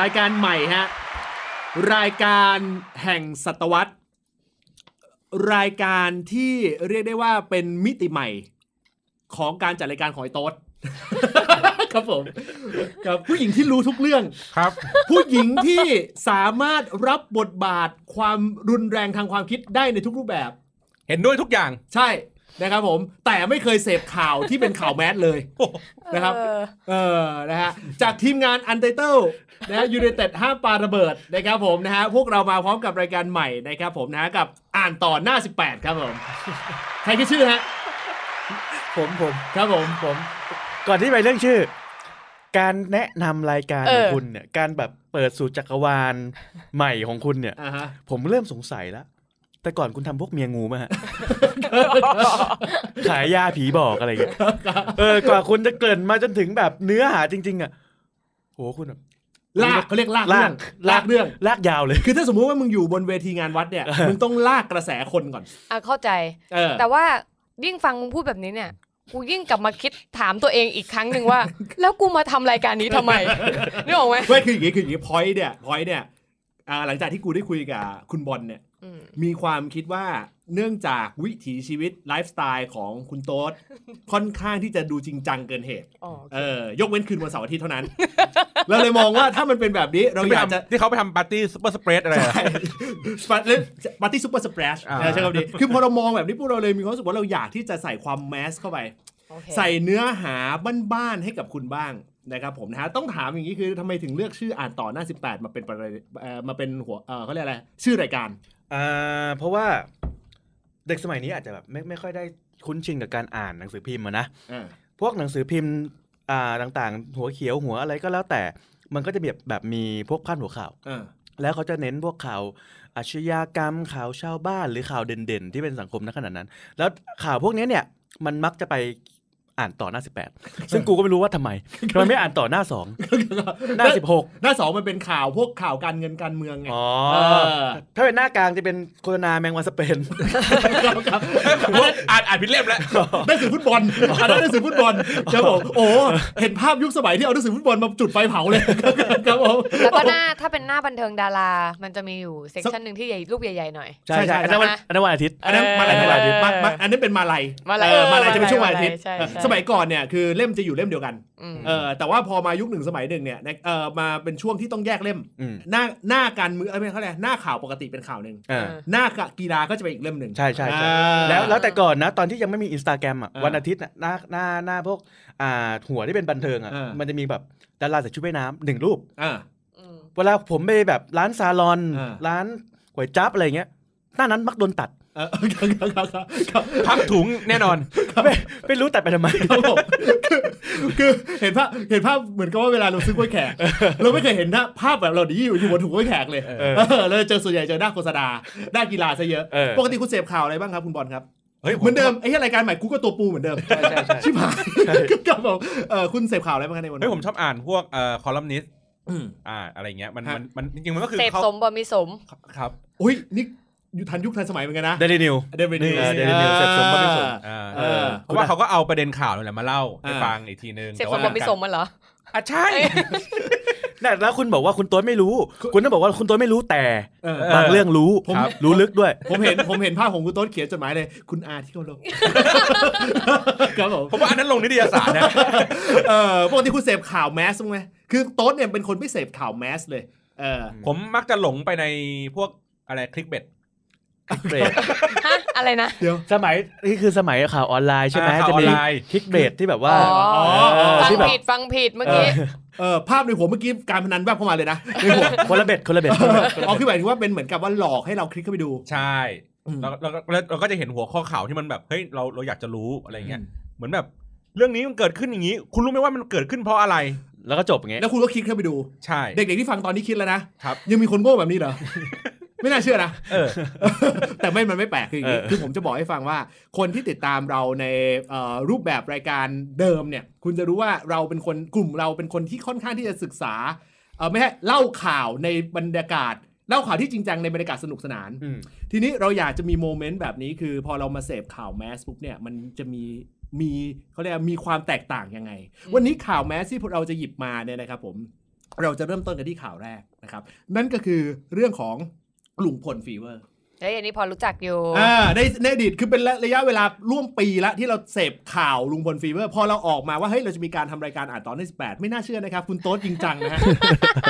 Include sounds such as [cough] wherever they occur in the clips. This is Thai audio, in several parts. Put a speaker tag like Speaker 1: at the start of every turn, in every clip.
Speaker 1: รายการใหม่ฮะ รายการแห่งศตวรรษ รายการที่เรียกได้ว่าเป็นมิติใหม่ ของการจัดรายการของไอยโต๊ด [laughs] ครับผมกับผู้หญิงที่รู้ทุกเรื่อง
Speaker 2: ครับ
Speaker 1: ผู้หญิงที่สามารถรับบทบาทความรุนแรงทางความคิดได้ในทุกรูปแบบ
Speaker 2: เห็นด้วยทุกอย่าง
Speaker 1: ใช่นะครับผม แต่ไม่เคยเสพข่าวที่เป็นข่าวแมสเลย นะครับ
Speaker 3: เออ
Speaker 1: เออ นะฮะ จากทีมงาน Untitled นะฮะ United ห้ามปาระเบิดนะครับผมนะฮะ พวกเรามาพร้อมกับรายการใหม่นะครับผมนะฮะ กับอ่านต่อหน้า 18 ครับผม ใครคิดชื่อฮะ
Speaker 4: ผมผม
Speaker 1: ครับผมผม
Speaker 4: ก่อนที่ไปเรื่องชื่อ การแนะนำรายการของคุณเนี่ย การแบบเปิดสู่จักรว [laughs] าลใหม่ของคุณเนี่ย
Speaker 1: อ่าฮะ
Speaker 4: ผมเริ่มสงสัยแล้ว แต่ก่อนคุณทำพวกเมียงูมาฮะ [laughs] ขายยาผีบอกอะไร [laughs] อย่างเงี้ย เออกว่าคุณจะเกรินมาจนถึงแบบเนื้อหาจริง ๆ อ่ะโหคุณแบบ
Speaker 1: ลากเขาเรียกลากเรื่อง
Speaker 4: ลาก
Speaker 1: ลากเรื่อง
Speaker 4: ลากยาวเลย
Speaker 1: คือถ้าสมมุติว่ามึงอยู่บนเวทีงานวัดเนี่ย มึงต้องลากกระแสคนก่อน
Speaker 3: อ่ะเข้าใจ
Speaker 1: เออ
Speaker 3: แต่ว่ายิ่งฟังมึงพูดแบบนี้เนี่ย กูยิ่งกลับมาคิดถามตัวเองอีกครั้งหนึ่งว่า [laughs] แล้วกูมาทำรายการนี้ทำไมนึกออกไหม
Speaker 1: ไม่คืออย่างงี้คืออย่างงี้พอยต์เนี่ยพอยต์เนี่ยอ่าหลังจากที่กูได้คุยกับคุณบอลเนี่ย
Speaker 3: อืม
Speaker 1: มีความคิดว่าเนื่องจากวิถีชีวิตไลฟ์สไตล์ของคุณโต๊ด [laughs] ค่อนข้างที่จะดูจริงจังเกินเหตุ
Speaker 3: อ๋อ
Speaker 1: เออยกเว้นคืนวันเสาร์อาทิตย์เท่านั้น [laughs] เราเลยมองว่าถ้ามันเป็นแบบนี้เราอ
Speaker 2: ที่ไป
Speaker 1: ยากจะ [laughs]
Speaker 2: ทำที่เขาไปทำปาร์ตี้ซุปเปอร์สเปรดอะไรอะ
Speaker 1: ปาร์ตี้ซูเปอร์สเปรช
Speaker 2: อ่า
Speaker 1: ใช่ครับดีคือพอเรามองแบบนี้ [laughs] พวกเราเลยมีความรู้สึกว่าเราอยากที่จะใส่ความแมสเข้าไป
Speaker 3: โอเค
Speaker 1: ใส่เนื้อหาบ้านๆให้กับคุณบ้างนะครับผมนะฮะต้องถามอย่างนี้คือทำไมถึงเลือกชื่ออ่านต่อหน้า 18 มาเป็นประเด็นเอ่อมาเป็นหัวเอ่อเขาเรียกอะไรชื่อรายการ
Speaker 4: อ่าเพราะว่าเด็กสมัยนี้อาจจะแบบไม่ไม่ค่อยได้คุ้นชินกับการอ่านหนังสือพิมพ์อะนะ
Speaker 1: อ่า
Speaker 4: พวกหนังสือพิมพ์อ่าต่างๆ หัวเขียวหัวอะไรก็แล้วแต่ มันก็จะแบบแบบมีพวกพาดหัวข่าว
Speaker 1: อ่า
Speaker 4: แล้วเขาจะเน้นพวกข่าวอาชญากรรมข่าวชาวบ้านหรือข่าวเด่นๆ ที่เป็นสังคมณขณะนั้น แล้วข่าวพวกเนี้ยเนี่ยมันมักจะไปอ่านต่อหน้า 18 ซึ่งกูก็ไม่รู้ว่าทำไมทำไมไม่อ่านต่อหน้า 2 หน้า 16
Speaker 1: หน้าสองมันเป็นข่าวพวกข่าวการเงินการเมืองไง
Speaker 4: อ๋อ
Speaker 1: เออ
Speaker 4: ถ้าเป็นหน้ากลางจะเป็นโฆษณาแมงวันสเปน [laughs]
Speaker 1: ครับครับ
Speaker 2: อ่านอ่านผิดเล่มแล้ว
Speaker 1: หนังสือฟุตบอลอันนั้นหนังสือฟุตบอลครับผมโอ้เห็นภาพยุคสมัยที่เอาหนังสือฟุตบอลมาจุดไฟเผาเลย [laughs] ครับผม
Speaker 3: แล้วก็หน้าถ้าเป็นหน้าบันเทิงดารา มันจะมีอยู่เซกชันหนึ่งที่ใหญ่รูปใหญ่ๆหน่อย
Speaker 4: ใช่ใช่อันนั้นวันอันนั้นวันอาทิตย์
Speaker 1: อันนั้นมาลาย
Speaker 3: เออ
Speaker 1: มาลายมามาอันนั้นเป็นมาลาย
Speaker 3: มาลัย
Speaker 1: เออมาลาย
Speaker 3: เออ
Speaker 1: จะเป็นช่วงวันอาทิตย์
Speaker 3: มาลัยใช่ใช่
Speaker 1: สมัยก่อนเนี่ยคือเล่มจะอยู่เล่มเดียวกัน
Speaker 3: อืม
Speaker 1: เออแต่ว่าพอมายุคหนึ่งสมัยหนึ่งเนี่ยเออมาเป็นช่วงที่ต้องแยกเล่ม
Speaker 4: อืม
Speaker 1: หน้าหน้าการเมืองเอ้ยไม่เขาเรียกหน้าข่าวปกติเป็นข่าวหนึ่ง
Speaker 4: เอ่า
Speaker 1: หน้ากีฬาก็จะเป็นอีกเล่มหนึ่ง
Speaker 4: ใช่ใช่ใช่
Speaker 1: อ่า
Speaker 4: แล้วแล้วแต่ก่อนนะตอนที่ยังไม่มีอินสตาแกรมอ่ะ
Speaker 1: อ่า
Speaker 4: วันอาทิตย์น่ะหน้าหน้าหน้าพวกอ่าหัวที่เป็นบันเทิงอ่ะ
Speaker 1: อ่ามั
Speaker 4: มันจะมีแบบดาราใส่ชุดว่ายน้ำหนึ่งรูป
Speaker 1: อ่า
Speaker 3: อืม
Speaker 4: เวลาผมไปแบบร้านซาลอน
Speaker 1: อ่า
Speaker 4: ร้านก๋วยจั๊บอะไรเงี้ยหน้านั้นมักโดนตัด
Speaker 1: เอ [laughs] อครับครับครับครับ
Speaker 2: พับถุงแน่นอน
Speaker 4: ไม่ไม่รู้ตัดไปทำไม
Speaker 1: ครับผมคือคือเห็นภาพเห็นภาพเหมือนกับว่าเวลาเราซื้อกล้วยแขก เราไม่เคยเห็นนะภาพแบบเรานี้อยู่อยู่บนถุงกล้วยแขกเลย
Speaker 4: เออ
Speaker 1: เออเราเจอส่วนใหญ่เจอหน้าโฆษณาหน้ากีฬาซะเยอะ
Speaker 4: เออ
Speaker 1: ปกติคุณเสพข่าวอะไรบ้างครับคุณบอลครับ
Speaker 2: เฮ้ย
Speaker 1: เหมือนเดิมไอ้เหี้ยรายการใหม่กูก็ตัวปูเหมือนเดิม
Speaker 4: ใช่ใช่ใช่
Speaker 1: ชิบหาย [laughs] ครับผมเออคุณเสพข่าวอะไรบ้างครับในวัน
Speaker 2: เฮ้ยผมชอบอ่านพวกเอ่อคอลัมนิสต์
Speaker 1: อืม
Speaker 2: อ่าอะไรเงี้ยมัน
Speaker 1: ฮะ
Speaker 2: มันมันจริงๆมันก็คือ
Speaker 3: เสพ
Speaker 2: เขา
Speaker 3: สมบ่มีสม
Speaker 2: ครับ
Speaker 1: อุ้ยนี่อยู่ทันยุคทันสมัยเหมือนกันนะ
Speaker 4: เดลินิว
Speaker 1: เดวิดนิว
Speaker 4: เออ Daily News เสพสมบัติสม
Speaker 2: อ่า
Speaker 1: เออ
Speaker 2: เพราะว่าเขาก็เอาประเด็นข่าวนั่นแหละมาเล่าให้
Speaker 1: อ่า
Speaker 2: ฟังอีกทีนึง
Speaker 3: เสพ
Speaker 2: แต่
Speaker 3: ส
Speaker 2: ว่าม เป็
Speaker 3: บ่มี
Speaker 2: น
Speaker 3: สมมันเหรอ
Speaker 2: อ่ะใช่
Speaker 4: น่ะแล้วคุณบอกว่าคุณตัวไม่รู้ คุณต้องบอกว่าคุณตัวไม่รู้แต่
Speaker 1: เออ
Speaker 4: บางเรื่องรู้
Speaker 1: ผม
Speaker 4: ครับรู้ลึกด้วย
Speaker 1: ผมเห็นผมเห็นภาพของคุณโต้นเขียนจดหมายเลย คุณอาที่เขาลง [laughs] ครับผม
Speaker 2: ผมว่าอันนั้นลงนิตยสารนะ
Speaker 1: เออปกติคุณเสพข่าวแมสบ้างไหมคือโต๊ดเนี่ยเป็นคนไม่เสพข่าวแมสเลย เออ
Speaker 2: ผมมักจะหลงไปในพวกอะไรคลิกเบ็ด
Speaker 3: ฮะ อะไรนะ
Speaker 1: เดี๋ยว
Speaker 4: สมัยนี่คือสมัยข่าวออนไลน์ใช่ไหม
Speaker 2: อ่าข่าว
Speaker 4: จะ
Speaker 2: ออน
Speaker 4: มี
Speaker 2: ไลน์
Speaker 4: คลิกเบรดที่แบบว่า
Speaker 3: อ๋อ
Speaker 1: เออ
Speaker 3: ฟัง
Speaker 4: ที่แบบ
Speaker 3: ผิดฟังผิดเมื่อ
Speaker 4: เอ
Speaker 3: กี้
Speaker 4: อ
Speaker 1: เออภาพในหัวเมื่อกี้การพนันแวบเข้ามาเลยนะในหัว
Speaker 4: คนละเบ็ดคนละเบ็ด [laughs]
Speaker 1: อ๋อคือหมายถึงว่าเป็นเหมือนกับว่าหลอกให้เราคลิกเข้าไปดู
Speaker 2: ใช่
Speaker 1: อืม
Speaker 2: แล้วเราก็แล้วเราก็จะเห็นหัวข้อข่าวที่มันแบบเฮ้ยเราเราอยากจะรู้อะไรเงี้ยเหมือนแบบเรื่องนี้มันเกิดขึ้นอย่างนี้ คุณรู้ไหมว่ามันเกิดขึ้นเพราะอะไร
Speaker 4: แล้วก็จบอย่างเงี้ย
Speaker 1: แล้วคุณก็คลิกเข้าไปดู
Speaker 2: ใช่
Speaker 1: เด็กๆที่ฟังตอนนี้คิดแล้วนะ
Speaker 2: ครับ
Speaker 1: ยังมีคนโง่แบบนี้เหรอ ไม่น่าเชื่อนะ
Speaker 2: เออ
Speaker 1: แต่ไม่ มันไม่แปลกคืออย่างนี้
Speaker 4: เออ
Speaker 1: คือผมจะบอกให้ฟังว่า คนที่ติดตามเราในเอ่อรูปแบบรายการเดิมเนี่ย คุณจะรู้ว่าเราเป็นคนกลุ่มเราเป็นคนที่ค่อนข้างที่จะศึกษาเออไม่ใช่เล่าข่าวในบรรยากาศ เล่าข่าวที่จริงจังในบรรยากาศสนุกสนาน
Speaker 4: อืม
Speaker 1: ทีนี้เราอยากจะมีโมเมนต์แบบนี้คือ พอเรามาเสพข่าวแมสปุ๊บเนี่ยมันจะมีมีเขาเรียกว่ามีความแตกต่างยังไง วันนี้ข่าวแมสที่พวกเราจะหยิบมาเนี่ยนะครับผม เราจะเริ่มต้นกันที่ข่าวแรกนะครับ นั่นก็คือเรื่องของลุงพลฟีเวอร์
Speaker 3: แล้วอย่างนี้พอรู้จักอยู่
Speaker 1: อ่าในในอดีตคือเป็นระยะเวลาร่วมปีละที่เราเสพข่าวลุงพลฟีเวอร์พอเราออกมาว่าเฮ้ยเราจะมีการทำรายการอ่านตอนที่18 ไม่น่าเชื่อนะครับ คุณโต๊ดจริงจังนะฮะ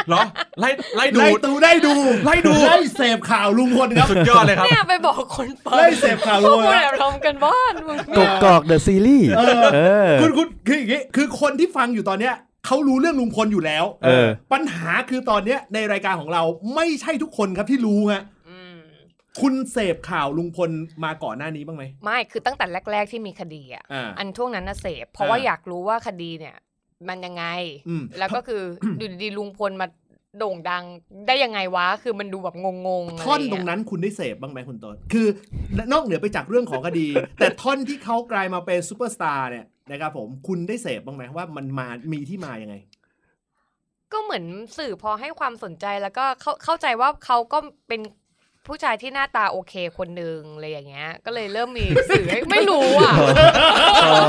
Speaker 2: เหรอไล่ไล่ดู
Speaker 1: ไล่
Speaker 2: ด
Speaker 1: ตูได้ดู
Speaker 2: ไล่ดู
Speaker 1: ไล่เสพข่าวลุงพลครับ
Speaker 2: สุดยอดเลยครับ
Speaker 3: เนี่ยไปบอกคนฟัง
Speaker 1: ไล่เสพข่าว
Speaker 3: พ
Speaker 1: ลุ
Speaker 3: ว
Speaker 1: งพล
Speaker 3: กคุณ
Speaker 1: นะ
Speaker 3: แอบทำกันบ้านมึง
Speaker 4: [laughs] กกอกเดอะซีรีส์เออ
Speaker 1: คุณคุณคืออย่างงี้คือคนที่ฟังอยู่ตอนเนี้ยเขารู้เรื่องลุงพลอยู่แล้ว
Speaker 4: เออ
Speaker 1: ปัญหาคือตอนเนี้ยในรายการของเราไม่ใช่ทุกคนครับที่รู้ฮะ
Speaker 3: อืม
Speaker 1: คุณเสพข่าวลุงพลมาก่อนหน้านี้บ้างไหม
Speaker 3: ไม่คือตั้งแต่แรก ๆที่มีคดีอ่ะ
Speaker 1: อ่า
Speaker 3: อันช่วงนั้นนะเสพเพราะว่าอยากรู้ว่าคดีเนี่ย มันยังไง
Speaker 1: อืม
Speaker 3: แล้วก็คือ
Speaker 1: [coughs]
Speaker 3: อยู่ดีๆลุงพลมาโด่งดังได้ยังไงวะ คือมันดูแบบงงๆ
Speaker 1: ท่อน
Speaker 3: อะไร
Speaker 1: ตร
Speaker 3: เย
Speaker 1: งนั้นคุณได้เสพบ้างไหมคุณต้นคือนอกเหนือไปจากเรื่องของคดี [laughs] แต่ท่อนที่เขากลายมาเป็นซูเปอร์สตาร์เนี่ยนะครับผมคุณได้เสพบ้างไหมว่ามันมามีที่มายังไง
Speaker 3: ก็เหมือนสื่อพอให้ความสนใจแล้วก็เข้าเข้าใจว่าเขาก็เป็นผู้ชายที่หน้าตาโอเคคนหนึ่งอะไรอย่างเงี้ย ก็เลยเริ่มมีสื่อให้ ไม่รู้
Speaker 1: [laughs]
Speaker 3: อ่ะ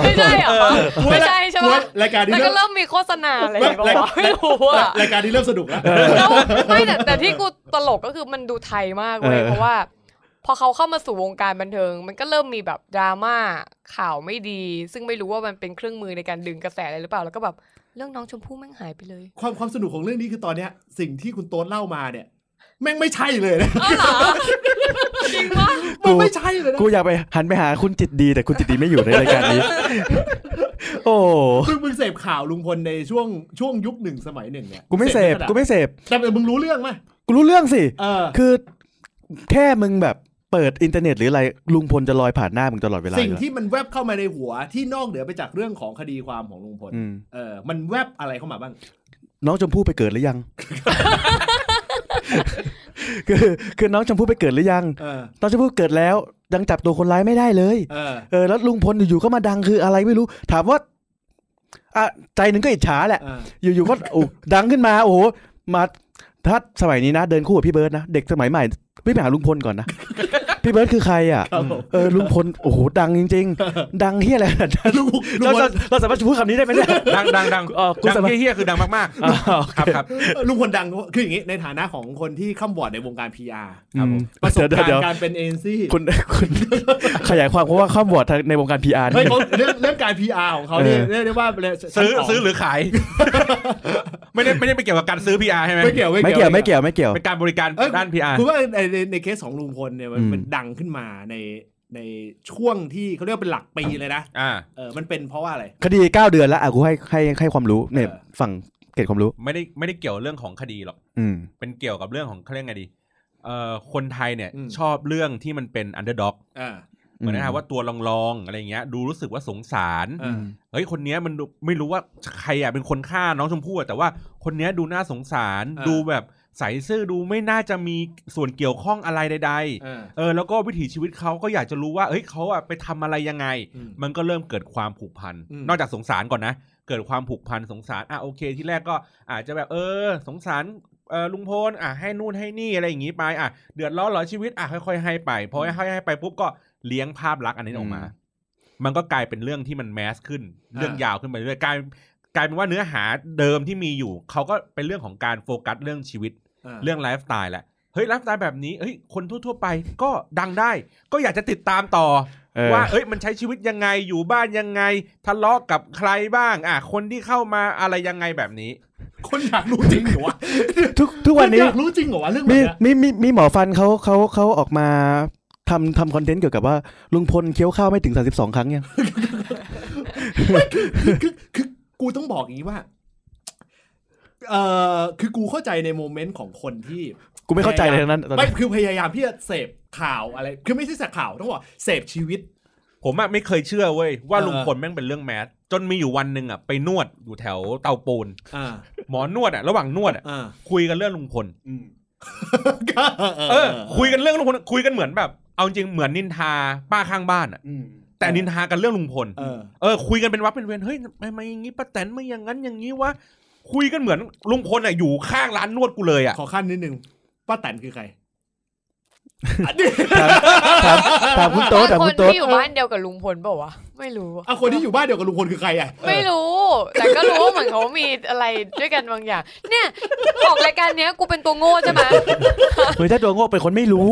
Speaker 3: ไม่ได้เหรอวะไม่ใช่ใช่ไหม
Speaker 1: รายการนี้
Speaker 3: แล้ว
Speaker 1: เริ่ม
Speaker 3: ก็เริ่มมีโฆษณาอะไรแบบ
Speaker 1: แล้ว
Speaker 3: ว่าไม่รู้อ่ะ
Speaker 1: รายการนี้เริ่มสนุก
Speaker 4: [laughs]
Speaker 1: แล้ว
Speaker 3: แล้วไม่แต่แต่ที่กูตลกก็คือมันดูไทยมากเว้ย
Speaker 4: เออ
Speaker 3: เพราะว่า พอเขาเข้ามาสู่วงการบันเทิง มันก็เริ่มมีแบบดราม่าข่าวไม่ดี ซึ่งไม่รู้ว่ามันเป็นเครื่องมือในการดึงกระแสอะไรหรือเปล่าแล้วก็แบบเรื่องน้องชมพู่แม่งหายไปเลย
Speaker 1: ความความสนุกของเรื่องนี้คือตอนเนี้ยสิ่งที่คุณโต้นเล่ามาเนี่ย แม่งไม่ใช่เลยนะ
Speaker 3: อ้าว
Speaker 1: [laughs]
Speaker 3: [laughs] เหรอจริงปะ
Speaker 1: มันไม่ใช่เลยนะ
Speaker 4: กูอยากไปหันไปหาคุณจิตดี แต่คุณจิตดีไม่อยู่ในรายการนี้ โอ้
Speaker 1: มึงมึงเสพข่าวลุงพลในช่วงช่วงยุคหนึ่งสมัยหนึ่งเนี่ย
Speaker 4: กูไม่เสพกูไม่เสพ
Speaker 1: แต่มึงรู้เรื่องไหม
Speaker 4: กูรู้เรื่องสิ
Speaker 1: เออ
Speaker 4: คือแค่มึงแบบเปิดอินเทอร์เน็ตหรืออะไรลุงพลจะลอยผ่านหน้ามึงตลอดเวลาอ
Speaker 1: สิ่ง
Speaker 4: ยู่แล้ว
Speaker 1: ที่มันแวบเข้ามาในหัวที่นอกเหนือไปจากเรื่องของคดีความของลุงพล
Speaker 4: อืม
Speaker 1: เออ มันแวบอะไรเข้ามาบ้าง
Speaker 4: น้องชมพู่ไปเกิดหรือยัง [laughs] คือคือน้องชมพู่ไปเกิดหรือยัง
Speaker 1: เอ
Speaker 4: [laughs]
Speaker 1: อ
Speaker 4: น้องชมพู่เกิดแล้วยังจับตัวคนร้ายไม่ได้เลย
Speaker 1: เออ
Speaker 4: เออแล้วลุงพลอยู่ๆก็มาดังคืออะไรไม่รู้ ถามว่าอ่ะใจหนึ่งก็อิจฉาแหละ
Speaker 1: เออ
Speaker 4: อยู่ๆก็โอ้ดังขึ้นมา โอ้โหมาถ้าสมัยนี้นะ เดินคู่กับพี่เบิร์ดนะ เด็กสมัยใหม่พี่ไปหาลุงพลก่อนนะ พี่เบิร์ดคือใครอ่ะ
Speaker 1: ครับผม
Speaker 4: เออลุงพลโอ้โหดังจริง ๆ ดังเฮียอะไรขนาดนั้น
Speaker 1: ลุงลุง
Speaker 4: เรา
Speaker 1: พล
Speaker 4: เราเราสามารถพูดคำนี้ได้ไหมเนี่ย
Speaker 2: ดังดังดัง
Speaker 4: เออกู
Speaker 2: ดัง
Speaker 4: สามารถ
Speaker 2: เฮี้ยๆคือดังมาก
Speaker 4: อ๋อ
Speaker 2: ๆ ครับครับ
Speaker 1: ลุงพลดังคืออย่างนี้ ในฐานะของคนที่ข้ามวอร์ดในวงการ PR
Speaker 2: ครับผม
Speaker 1: ป
Speaker 4: อื
Speaker 1: ระสบการ
Speaker 4: เดี๋ยว
Speaker 1: ณ์การเป็นเอ็นซี่
Speaker 4: ๆคุณคุณ ขยายความเพราะว่าข้ามบอร์ดทางในวงการ PR
Speaker 1: เฮ้ย
Speaker 4: นี่
Speaker 1: เขาเรื่องเรื่องการ PR ของเขาเนี่ย
Speaker 4: เอ
Speaker 1: เรีย
Speaker 4: อ
Speaker 1: กได้ว่าเป็น
Speaker 2: ซื้อ
Speaker 1: ชั้นง
Speaker 2: ซื้อหรือขาย [laughs] ไม่ได้ไม่ได้ไปเกี่ยวกับการซื้อ PR ใช่ไหม
Speaker 1: ไม่เกี่ยว
Speaker 4: ไม่เกี่ยวไม่เกี่ยวไม่เกี่ยว
Speaker 2: เป็นการบริการ
Speaker 1: เอ้ย
Speaker 2: ด้าน PR
Speaker 1: คุณว่าในในในเคสของลุงพลเนี่ยมัน
Speaker 4: อืม
Speaker 1: มันดังขึ้นมาในในช่วงที่เขาเรียกว่าเป็นหลักปีเลยนะ
Speaker 2: อ่า
Speaker 1: เออมันเป็นเพราะว่าอะไร
Speaker 4: คดีเก้าเดือนแล้วอ่ะกูให้ให้ให้ความรู้เนี่ย
Speaker 1: เออ
Speaker 4: ฝั่งเกร็ดความรู้
Speaker 2: ไม่ได้ไม่ได้เกี่ยวเรื่องของคดีหรอก
Speaker 4: อืม
Speaker 2: เป็นเกี่ยวกับเรื่องของเขาเรื่องไงดีเอ่อคนไทยเนี่ย
Speaker 1: อืม
Speaker 2: ชอบเรื่องที่มันเป็นอันเดอร์ด็อก
Speaker 1: อ่า
Speaker 2: เหมือนนะครับว่าตัวลองๆอะไรอย่างเงี้ย ดูรู้สึกว่าสงสาร
Speaker 1: อ่า
Speaker 2: เฮ้ยคนเนี้ยมันดูไม่รู้ว่าใครอ่ะเป็นคนฆ่าน้องชมพู่อะแต่ว่าคนเนี้ยดูน่าสงสาร
Speaker 1: อ่า
Speaker 2: ดูแบบใสซื่อดูไม่น่าจะมีส่วนเกี่ยวข้องอะไรใด ๆ
Speaker 1: อ่า
Speaker 2: เออแล้วก็วิถีชีวิตเขาก็อยากจะรู้ว่าเฮ้ยเขาอ่ะไปทำอะไรยังไง
Speaker 1: อืม
Speaker 2: มันก็เริ่มเกิดความผูกพัน
Speaker 1: อืม
Speaker 2: นอกจากสงสารก่อนนะ เกิดความผูกพันสงสารอ่ะโอเคที่แรกก็อาจจะแบบเออ สงสารเออลุงพลอ่ะให้นู่นให้นี่อะไรอย่างงี้ไปอ่ะเดือดร้อนเหรอชีวิตอ่ะค่อยๆให้ไปพอ
Speaker 1: อืม
Speaker 2: ให้ให้ไปปุ๊บก็เลี้ยงภาพลักษณ์อันนี้ออกมา
Speaker 4: อืม
Speaker 2: มันก็กลายเป็นเรื่องที่มันแมสขึ้น เรื่องยาวขึ้นไปเรื่อยกลายกลายเป็นว่าเนื้อหาเดิมที่มีอยู่เขาก็เป็นเรื่องของการโฟกัสเรื่องชีวิต
Speaker 1: อ่า
Speaker 2: เรื่องไลฟ์สไตล์แหละ เฮ้ยไลฟ์สไตล์แบบนี้ เฮ้ยคนทั่วๆไปก็ดังได้ ก็อยากจะติดตามต่อ
Speaker 4: เออ
Speaker 2: ว่า เอ้ยมันใช้ชีวิตยังไง อยู่บ้านยังไง ทะเลาะกับใครบ้าง อ่ะ คนที่เข้ามาอะไรยังไงแบบนี้
Speaker 1: คนอยากรู้จริงเหรอวะ
Speaker 4: ทุกทุกวัน
Speaker 1: ค
Speaker 4: นี้
Speaker 1: อยากรู้จริงเหรอวะเรื่องแบบ
Speaker 4: มี
Speaker 1: เนี้ย
Speaker 4: มีมีมีหมอฟันเขาเขาเขาออกมาทำทำคอนเทนต์เกี่ยวกับว่าลุงพลเคี้ยวข้าวไม่ถึง 32 ครั้งยัง
Speaker 1: คือคือคือกูต้องบอกอย่างนี้ว่า เออคือกูเข้าใจในโมเมนต์ของคนที่
Speaker 4: กูไม่เข้าใจเลยทั้งนั้นตอน
Speaker 1: ไม่
Speaker 4: นั้น
Speaker 1: คือพยายามที่จะเสพข่าวอะไร คือไม่ใช่เสพข่าวต้องบอกเสพชีวิต
Speaker 2: ผมอะไม่เคยเชื่อเว้ย ว่า
Speaker 1: เออ
Speaker 2: ลุงพลแม่งเป็นเรื่องแมส จนมีอยู่วันหนึ่งอะไปนวดอยู่แถวเตาปูน
Speaker 1: อ่า
Speaker 2: หมอนวดอะระหว่างนวดอะ
Speaker 1: อ่า
Speaker 2: คุยกันเรื่องลุงพล
Speaker 1: เอ
Speaker 2: เออ คุยกันเรื่องลุงพล คุยกันเหมือนแบบ เอาจริงเหมือนนินทาป้าข้างบ้านอะแต่นินทากันเรื่องลุงพล
Speaker 1: เออ
Speaker 2: เออคุยกันเป็นวับเป็นเวนเฮ้ยทำไมอย่างงี้ป้าแตนไม่อย่างนั้นอย่างนี้วะคุยกันเหมือนลุงพลอ่ะอยู่ข้างร้านนวดกูเลยอ่ะ
Speaker 1: ขอขั้นนิดนึงป้าแตนคือใคร
Speaker 4: ถามถามถามคุณโต๊ะถาม
Speaker 3: ค
Speaker 4: คุ
Speaker 3: น
Speaker 4: ณโต๊ะ
Speaker 3: ที่อยู่บ้านเดียวกับลุงพลเปล่าวะไม่รู้อะ
Speaker 1: อ่ะคนที่อยู่บ้านเดียวกับลุงพลคือใครอ่ะ
Speaker 3: ไม่รู้ แต่ก็รู้ว่าเหมือนเขามีอะไรด้วยกันบางอย่าง เนี่ยออกรายการเนี้ยกูเป็นตัวโง่ใช่ไหม
Speaker 4: เฮ้ยถ้าตัวโง่เป็นคนไม่รู้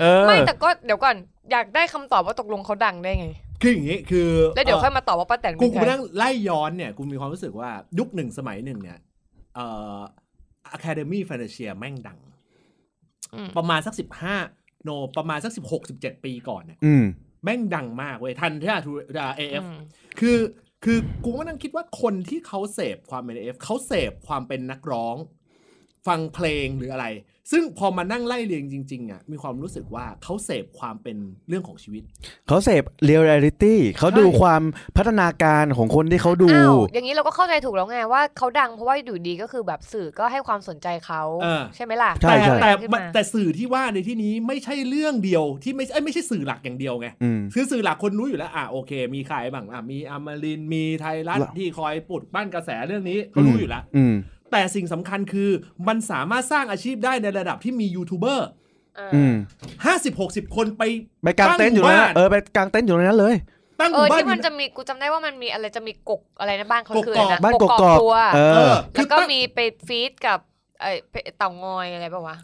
Speaker 4: เออ
Speaker 3: ไม่แต่ก็เดี๋ยวก่อนอยากได้คำตอบว่าตกลงเขาดังได้ไง
Speaker 1: คืออย่างงี้คือ
Speaker 3: แล้วเดี๋ยว
Speaker 1: อ่อ
Speaker 3: ค่อยมาตอบว่าป้าแตน
Speaker 1: กูกู
Speaker 3: เป็นใค
Speaker 1: ไป
Speaker 3: ร
Speaker 1: นั่งไล่ย้อนเนี่ย กูมีความรู้สึกว่ายุคหนึ่งสมัยหนึ่งเนี่ยเอ่อ Academy f i n a n c i a แม่งดัง
Speaker 3: อืม
Speaker 1: ประมาณสักสิบห้าโน ประมาณสักสิบหกสิบเจ็ดปีก่อนเนี่ย
Speaker 4: อืม
Speaker 1: แม่งดังมากเว้ย ทันที่อาทูเอฟ
Speaker 3: อืม
Speaker 1: คือคือกูก็นั่งคิดว่าคนที่เขาเสพความเป็นเอฟเขาเสพความเป็นนักร้อง ฟังเพลงหรืออะไร ซึ่งพอมานั่งไล่เรียงจริงๆอ่ะมีความรู้สึกว่าเขาเสพความเป็นเรื่องของชีวิต
Speaker 4: เขาเสพเรียลลิตี้เขาดูความพัฒนาการของคนที่เขาดู
Speaker 3: อ้าวอย่างนี้เราก็เข้าใจถูกแล้วไงว่าเขาดังเพราะว่าอยู่ดีก็คือแบบสื่อก็ให้ความสนใจเขา
Speaker 1: เออ
Speaker 3: ใช่ไหมล่ะ
Speaker 4: ใช่
Speaker 1: แต่
Speaker 4: ใช่
Speaker 1: แต่
Speaker 3: ขึ้น
Speaker 1: แต่
Speaker 3: มา
Speaker 1: แต่สื่อที่ว่าในที่นี้ไม่ใช่เรื่องเดียวที่ไม่เอ้ยไม่ใช่สื่อหลักอย่างเดียวไง
Speaker 4: อืม
Speaker 1: คือสื่อหลักคนรู้อยู่แล้ว อ่ะโอเค มีใครบ้างอ่ะมีอมรินทร์มีไทยรัฐ
Speaker 4: ละ
Speaker 1: ที่คอยปลุดปั้นกระแสเรื่องนี้ก็รู้อยู่แล้ว
Speaker 4: อืม
Speaker 1: แต่สิ่งสำคัญคือมันสามารถสร้างอาชีพได้ในระดับที่มียูทูบเบอร์
Speaker 4: อืม
Speaker 1: ห้าสิบหกสิบคนไป
Speaker 4: ไปกางเต็นท์อยู่นะ
Speaker 1: ตั้ห
Speaker 4: เอ
Speaker 1: มู่บ้า
Speaker 4: อไปกางเต็นท์อยู่ในนั้นเลย
Speaker 1: ตั้งห
Speaker 3: เอ
Speaker 1: มู่
Speaker 3: อ
Speaker 1: บ้าน
Speaker 3: ที่มั
Speaker 1: อ
Speaker 3: น
Speaker 1: ยู่
Speaker 3: จะมีกูจำได้ว่ามันมีอะไรจะมีกกอะไรนะบ้านเขา
Speaker 1: กก
Speaker 3: คืออะไรนะ
Speaker 4: บ้านกก
Speaker 3: ก
Speaker 4: อก
Speaker 3: ตัว
Speaker 4: เอ
Speaker 1: เอ
Speaker 4: อ
Speaker 1: อ
Speaker 3: แล้ว
Speaker 1: คือ
Speaker 3: ก็
Speaker 1: ตั้ง
Speaker 3: มีไปฟีดกับไอ้เต่างอยอะไรป่าวะ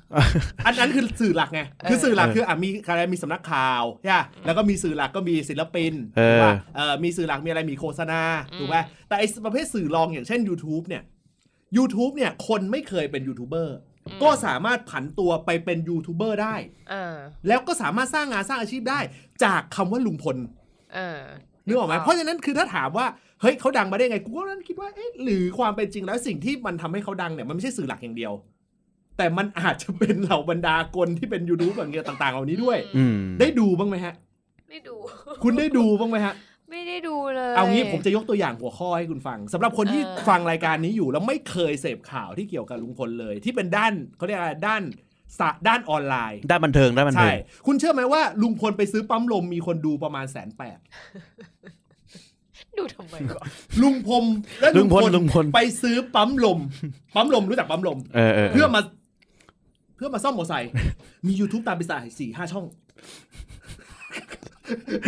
Speaker 1: อันนั้นคือสื่อหลักไง
Speaker 3: เออ
Speaker 1: คือสื่อหลัก
Speaker 4: เออ
Speaker 1: คืออ่ะมีอะไรมีสำนักข่าวใช่ปะแล้วก็มีสื่อหลักก็มีศิลปิน
Speaker 4: เออ
Speaker 1: ถูกป่ะเออมีสื่อหลักมีอะไรมีโฆษณาถูกไหมแต่ไอประเภทสื่อรองอย่างเช่น YouTube เนี่ย YouTube เนี่ยคนไม่เคยเป็นยูทูบเบอร์ก็สามารถผันตัวไปเป็นยูทูบเบอร์ได้
Speaker 3: เออ
Speaker 1: แล้วก็สามารถสร้างงานสร้างอาชีพได้ จากคำว่าลุงพล
Speaker 3: เออ
Speaker 1: นึกออกไหมเพราะฉะนั้นคือถ้าถามว่าเฮ้ยเขาดังมาได้ไงกูก็นั่งคิดว่าเอ๊ะหรือความเป็นจริงแล้วสิ่งที่มันทำให้เขาดังเนี่ยมันไม่ใช่สื่อหลักอย่างเดียว แต่มันอาจจะเป็นเหล่าบรรดากลที่เป็นยูทูบแบบเงี้ยต่างๆ เหล่านี้ด้วย
Speaker 4: อืม
Speaker 1: ได้ดูบ้างไหมฮะ
Speaker 3: ไม่ดู [laughs]
Speaker 1: คุณได้ดูบ้างไหมฮะ
Speaker 3: ไม่ได้ดูเลย
Speaker 1: เอางี้ผมจะยกตัวอย่างหัวข้อให้คุณฟังสำหรับคนที่
Speaker 3: เออ
Speaker 1: ฟังรายการนี้อยู่แล้วไม่เคยเสพข่าวที่เกี่ยวกับลุงพลเลย ที่เป็นด้านเขาเรียกอะไรด้านสะด้านออนไลน์
Speaker 4: ได้บันเทิงได้บันเทิ
Speaker 1: ใช่
Speaker 4: ง
Speaker 1: คุณเชื่อไหมว่าลุงพลไปซื้อปั๊มลมมีคนดูประมาณแสนแปด
Speaker 3: ดูทำไมวะ
Speaker 1: ลุงพลและ
Speaker 4: ลุงพลลุงพล
Speaker 1: ไปซื้อปั๊มลม ปั๊มลมรู้จักปั๊มลม
Speaker 4: เออเออเอ
Speaker 1: เพื่อ
Speaker 4: อ
Speaker 1: มา เพื่อมาซ่อมมอเตอร์ไซค์มี YouTube ตามไปสายสี่ห้าช่อง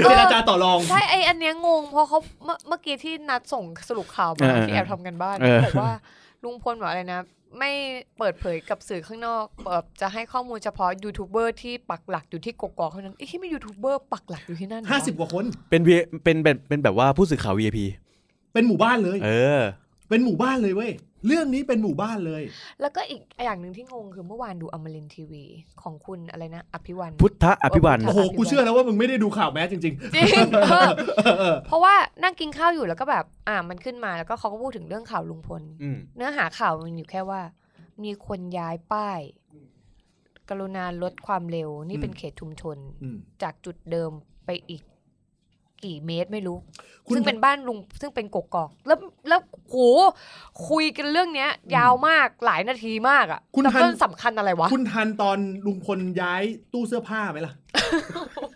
Speaker 1: เจรจาต่อรอง
Speaker 3: ใช่ไออันเนี้ยงงเพราะเขาเมื่อเมื่อกี้ที่นัดส่งสรุปข่าวมาที่แอบทำกันบ้านบอกว่าลุงพลบอกอะไรนะ ไม่เปิดเผยกับสื่อข้างนอกแบบจะให้ข้อมูลเฉพาะยูทูบเบอร์ที่ปักหลักอยู่ที่กกอกเท่านั้นไอ้ที่ไม่ยูทูบเบอร์ปักหลักอยู่ที่นั่นเรอ
Speaker 1: ห้าสิบกว่าคน
Speaker 4: เป็น V- เป็นแบบเป็นแบบว่าผู้สื่อข่าว VIP
Speaker 1: เป็นหมู่บ้านเลย
Speaker 4: เออ
Speaker 1: เป็นหมู่บ้านเลยเว้ย เรื่องนี้เป็นหมู่บ้านเลย
Speaker 3: แล้วก็อีกอย่างหนึ่งที่งงคือเมื่อวานดูอมรินทร์ทีวี ของคุณอะไรนะ อภิวัน
Speaker 4: พุทธอภิวัน
Speaker 3: เอ
Speaker 1: โอ้
Speaker 3: อ
Speaker 1: โห กูเชื่อแล้วว่ามึงไม่ได้ดูข่าวแม้จริง
Speaker 3: จริง [laughs] เออ
Speaker 1: ๆ
Speaker 3: เพราะว่านั่งกินข้าวอยู่แล้วก็แบบ อ่ามันขึ้นมาแล้วก็เขาก็พูดถึงเรื่องข่าวลุงพล
Speaker 4: อืม
Speaker 3: เนื้อหาข่าวมันอยู่แค่ว่า มีคนย้ายป้าย กรุณาลดความเร็ว นี่เป็นเขตชุมชน
Speaker 1: อืม
Speaker 3: จากจุดเดิมไปอีก กี่เมตรไม่รู้
Speaker 1: คุณ
Speaker 3: ซึ่งเป็นบ้านลุง ซึ่งเป็นกกอก แล้วแล้วโหคุยกันเรื่องเนี้ย ยาวมากหลายนาทีมากอ่ะ
Speaker 1: คุณ
Speaker 3: แต่
Speaker 1: ทัน
Speaker 3: ต้นสำคัญอะไรวะ
Speaker 1: คุณทันตอนลุงพลย้ายตู้เสื้อผ้าไหมล่ะ [laughs]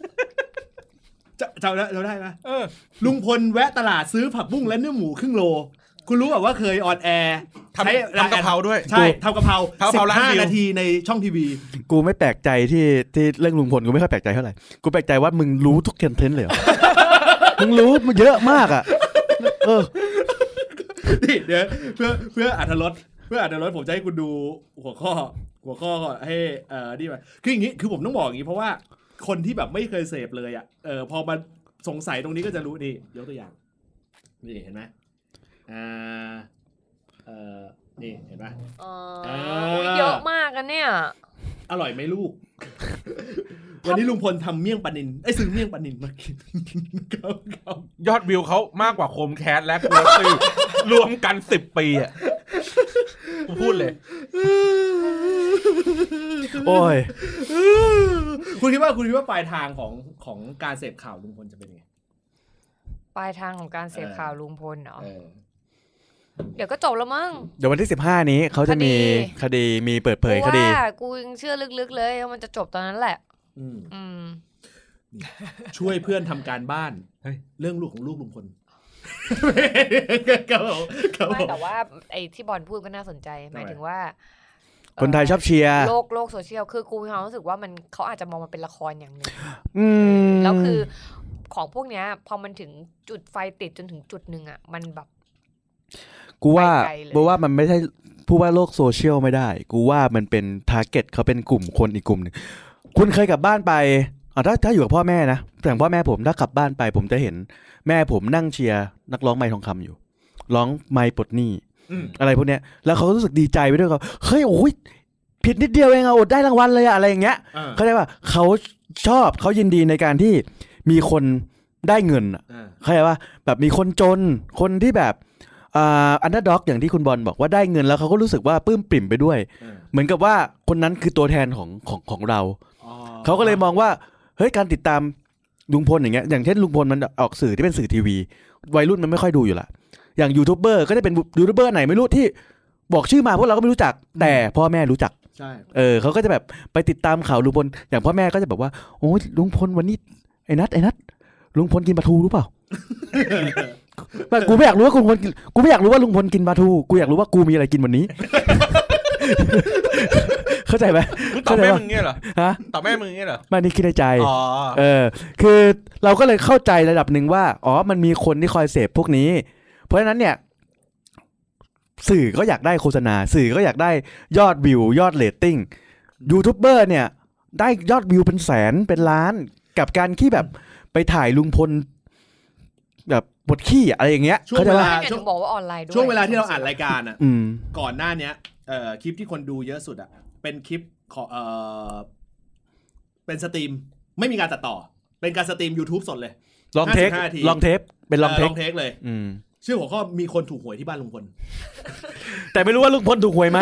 Speaker 1: จะจำได้จำได้ไหม
Speaker 2: เออ
Speaker 1: ลุงพลแวะตลาดซื้อผักบุ้งและเนื้อหมูครึ่งโล คุณรู้แบบว่าเคยออนแอร์
Speaker 2: ทำทำกะเพราด้วย
Speaker 1: ใช่ทำกะเพรา
Speaker 2: ทำกะ
Speaker 1: สิ
Speaker 2: เพรา
Speaker 1: บ
Speaker 2: ร้าน
Speaker 1: ห้า
Speaker 2: วิว
Speaker 1: นาทีในช่องทีวี
Speaker 4: กูไม่แปลกใจที่ที่เรื่องลุงพลกูไม่ค่อยแปลกใจเท่าไหร่ กูแปลกใจว่ามึงรู้ทุกเทนเทนต์เลยเหรอ [laughs] มึงรู้มันเยอะมากอ่ะ เออ
Speaker 1: นี่เดี๋ยวเพื่อเพื่ออัธรสเพื่ออัธรสผมจะให้คุณดูหัวข้อ หัวข้อให้เอ่อนี่มาคืออย่างนี้คือผมต้องบอกอย่างนี้เพราะว่าคนที่แบบไม่เคยเสพเลยอ่ะเออพอมาสงสัยตรงนี้ก็จะรู้นี่ยกตัวอย่าง นี่เห็นไหมอ่าเออนี่เห็นไหม
Speaker 3: เออ
Speaker 1: เอออุ๊
Speaker 3: อุ๊ยเยอะมากอะเนี่ย
Speaker 1: อร่อยไหมลูก วันนี้ลุงพลทำเมี่ยงปลานินไอ้ยซื้อเมี่ยงปลานินมากิน [laughs] ครับครับ
Speaker 2: ยอดวิวเขามากกว่าโคมแคสและโคมซีรวมกันสิบปีอ่ะกูพูดเลย
Speaker 4: โอ้ย
Speaker 1: [laughs] คุณคิดว่าคุณคิดว่าปลายทางของของการเสพข่าวลุงพลจะเป็นยังไง
Speaker 3: ปลายทางของการเสพข่าวลุงพลเนาะ
Speaker 1: เออ
Speaker 3: เดี๋ยวก็จบแล้วมั้ง
Speaker 4: เดี๋ยววันที่ 15 นี้เขาจะมีคดีมีเปิดเผยคดี
Speaker 3: กูว่ากูยังเชื่อลึกๆเลยว่ามันจะจบตอนนั้นแหละ
Speaker 1: อืม
Speaker 3: อืม
Speaker 1: ช่วยเพื่อนทำการบ้าน
Speaker 2: เฮ้ย
Speaker 1: เรื่องลูกของลูกลุงพลครับผมครับผ
Speaker 3: ไม่
Speaker 1: ม [laughs]
Speaker 3: แต่ว่าไอ้ที่บอลพูดก็น่าสนใจ หมายถึงว่า
Speaker 4: คนไทยชอบเชียร์
Speaker 3: โลกโลกโซเชียลคือกูมีความรู้สึกว่ามันเขาอาจจะมองมันเป็นละครอย่างหนึ่ง
Speaker 4: อืม
Speaker 3: แล้วคือของพวกเนี้ยพอมันถึงจุดไฟติดจนถึงจุดหนึ่งอ่ะมันแบบ
Speaker 4: กูว่า
Speaker 3: ไปไกลเลย
Speaker 4: กูว่ามันไม่ใช่พูดว่าโลกโซเชียลไม่ได้ กูว่ามันเป็นทาร์เก็ตเขาเป็นกลุ่มคนอีกกลุ่มหนึ่งคุณเคยกลับบ้านไปอ่ะถ้าถ้าอยู่กับพ่อแม่นะแต่พ่อแม่ผมถ้ากลับบ้านไป ผมจะเห็น แม่ผมนั่งเชียร์นักร้องไม้ทองคำอยู่ ร้องไม้ปลดหนี้
Speaker 1: อืม
Speaker 4: อะไรพวกเนี้ยแล้วเขารู้สึกดีใจไปด้วยเขาเฮ้ยโอ้ยผิดนิดเดียวเองอะอดได้รางวัลเลยอะอะไรอย่างเงี้ย
Speaker 1: เออ
Speaker 4: เขาได้ว่าเขาชอบเขายินดีในการที่มีคนได้เงินอะ
Speaker 1: เออ
Speaker 4: เข้าใจว่าแบบมีคนจนคนที่แบบอันด r d ด็อกอย่างที่คุณบอลบอกว่าได้เงินแล้วเขาก็รู้สึกว่าปลื้มปริ่มไปด้วย
Speaker 1: เออ
Speaker 4: เหมือนกับว่าคนนั้นคือตัวแทนของของของเรา
Speaker 1: อ๋อ
Speaker 4: เขาก็เลยมองว่าเฮ้ยการติดตามลุงพลอย่างเงี้ยอย่างเช่นลุงพลมันออกสื่อที่เป็นสื่อทีวี วัยรุ่นมันไม่ค่อยดูอยู่ละอย่างยูทูบเบอร์ก็ได้เป็นยูทูบเบอร์ไหนไม่รู้ที่บอกชื่อมาพวกเราก็ไม่รู้จัก แต่พ่อแม่รู้จัก
Speaker 1: ใช่
Speaker 4: เออเขาก็จะแบบไปติดตามข่าวลุงพลอย่างพ่อแม่ก็จะแบบว่าโอ้ยลุงพลวันนี้ไอ้นัทไอ้นัทลุงพลกินปลาทูรู้เปล่า [laughs] ไม่กูไม่อยากรู้ว่าลุงพลกินกูไม่อยากรู้ว่าลุงพลกินปลาทูกูอยากรู้ว่ากูมีอะไรกินวันนี้ เข้าใจไหม
Speaker 2: มึงตอบแม่มึงเงี้ยเหรอ
Speaker 4: ฮะ
Speaker 2: ตอบแม่มึงเงี้ยเหรอ
Speaker 4: ไมานี่คิดในใจ
Speaker 2: อ๋อ
Speaker 4: เออ คือเราก็เลยเข้าใจระดับหนึ่งว่า อ๋อ มันมีคนที่คอยเสพพวกนี้ เพราะฉะนั้นเนี่ย สื่อก็อยากได้โฆษณา สื่อก็อยากได้ยอดวิว ยอดเรตติ้ง ยูทูบเบอร์เนี่ย ได้ยอดวิวเป็นแสนเป็นล้าน กับการที่แบบไปถ่ายลุงพล แบบบทขี้อะไรอย่างเงี้ย
Speaker 1: ช่วง
Speaker 4: เข้าใจ
Speaker 1: เวลา
Speaker 4: ป่ะ
Speaker 3: ไม่งั้นถึงบอกว่าออนไลน์ด้วย
Speaker 1: ช่วงเวลาที่เราอ่านรายการอ่ะ
Speaker 4: อืม
Speaker 1: ก่อนหน้าเนี้ยเอ่อคลิปที่คนดูเยอะสุดอ่ะ เป็นคลิปของเอ่อเป็นสตรีมไม่มีการตัดต่อ เป็นการสตรีม YouTube สดเลย
Speaker 4: ลองเทค
Speaker 1: 55นาที
Speaker 4: ลองเทป เป็นลองเทค
Speaker 1: เทคเลย
Speaker 4: อืม
Speaker 1: ชื่อหัวข้อมีคนถูกหวยที่บ้านลุงพล
Speaker 4: แต่ไม่รู้ว่าลุงพลถูกหวยไหม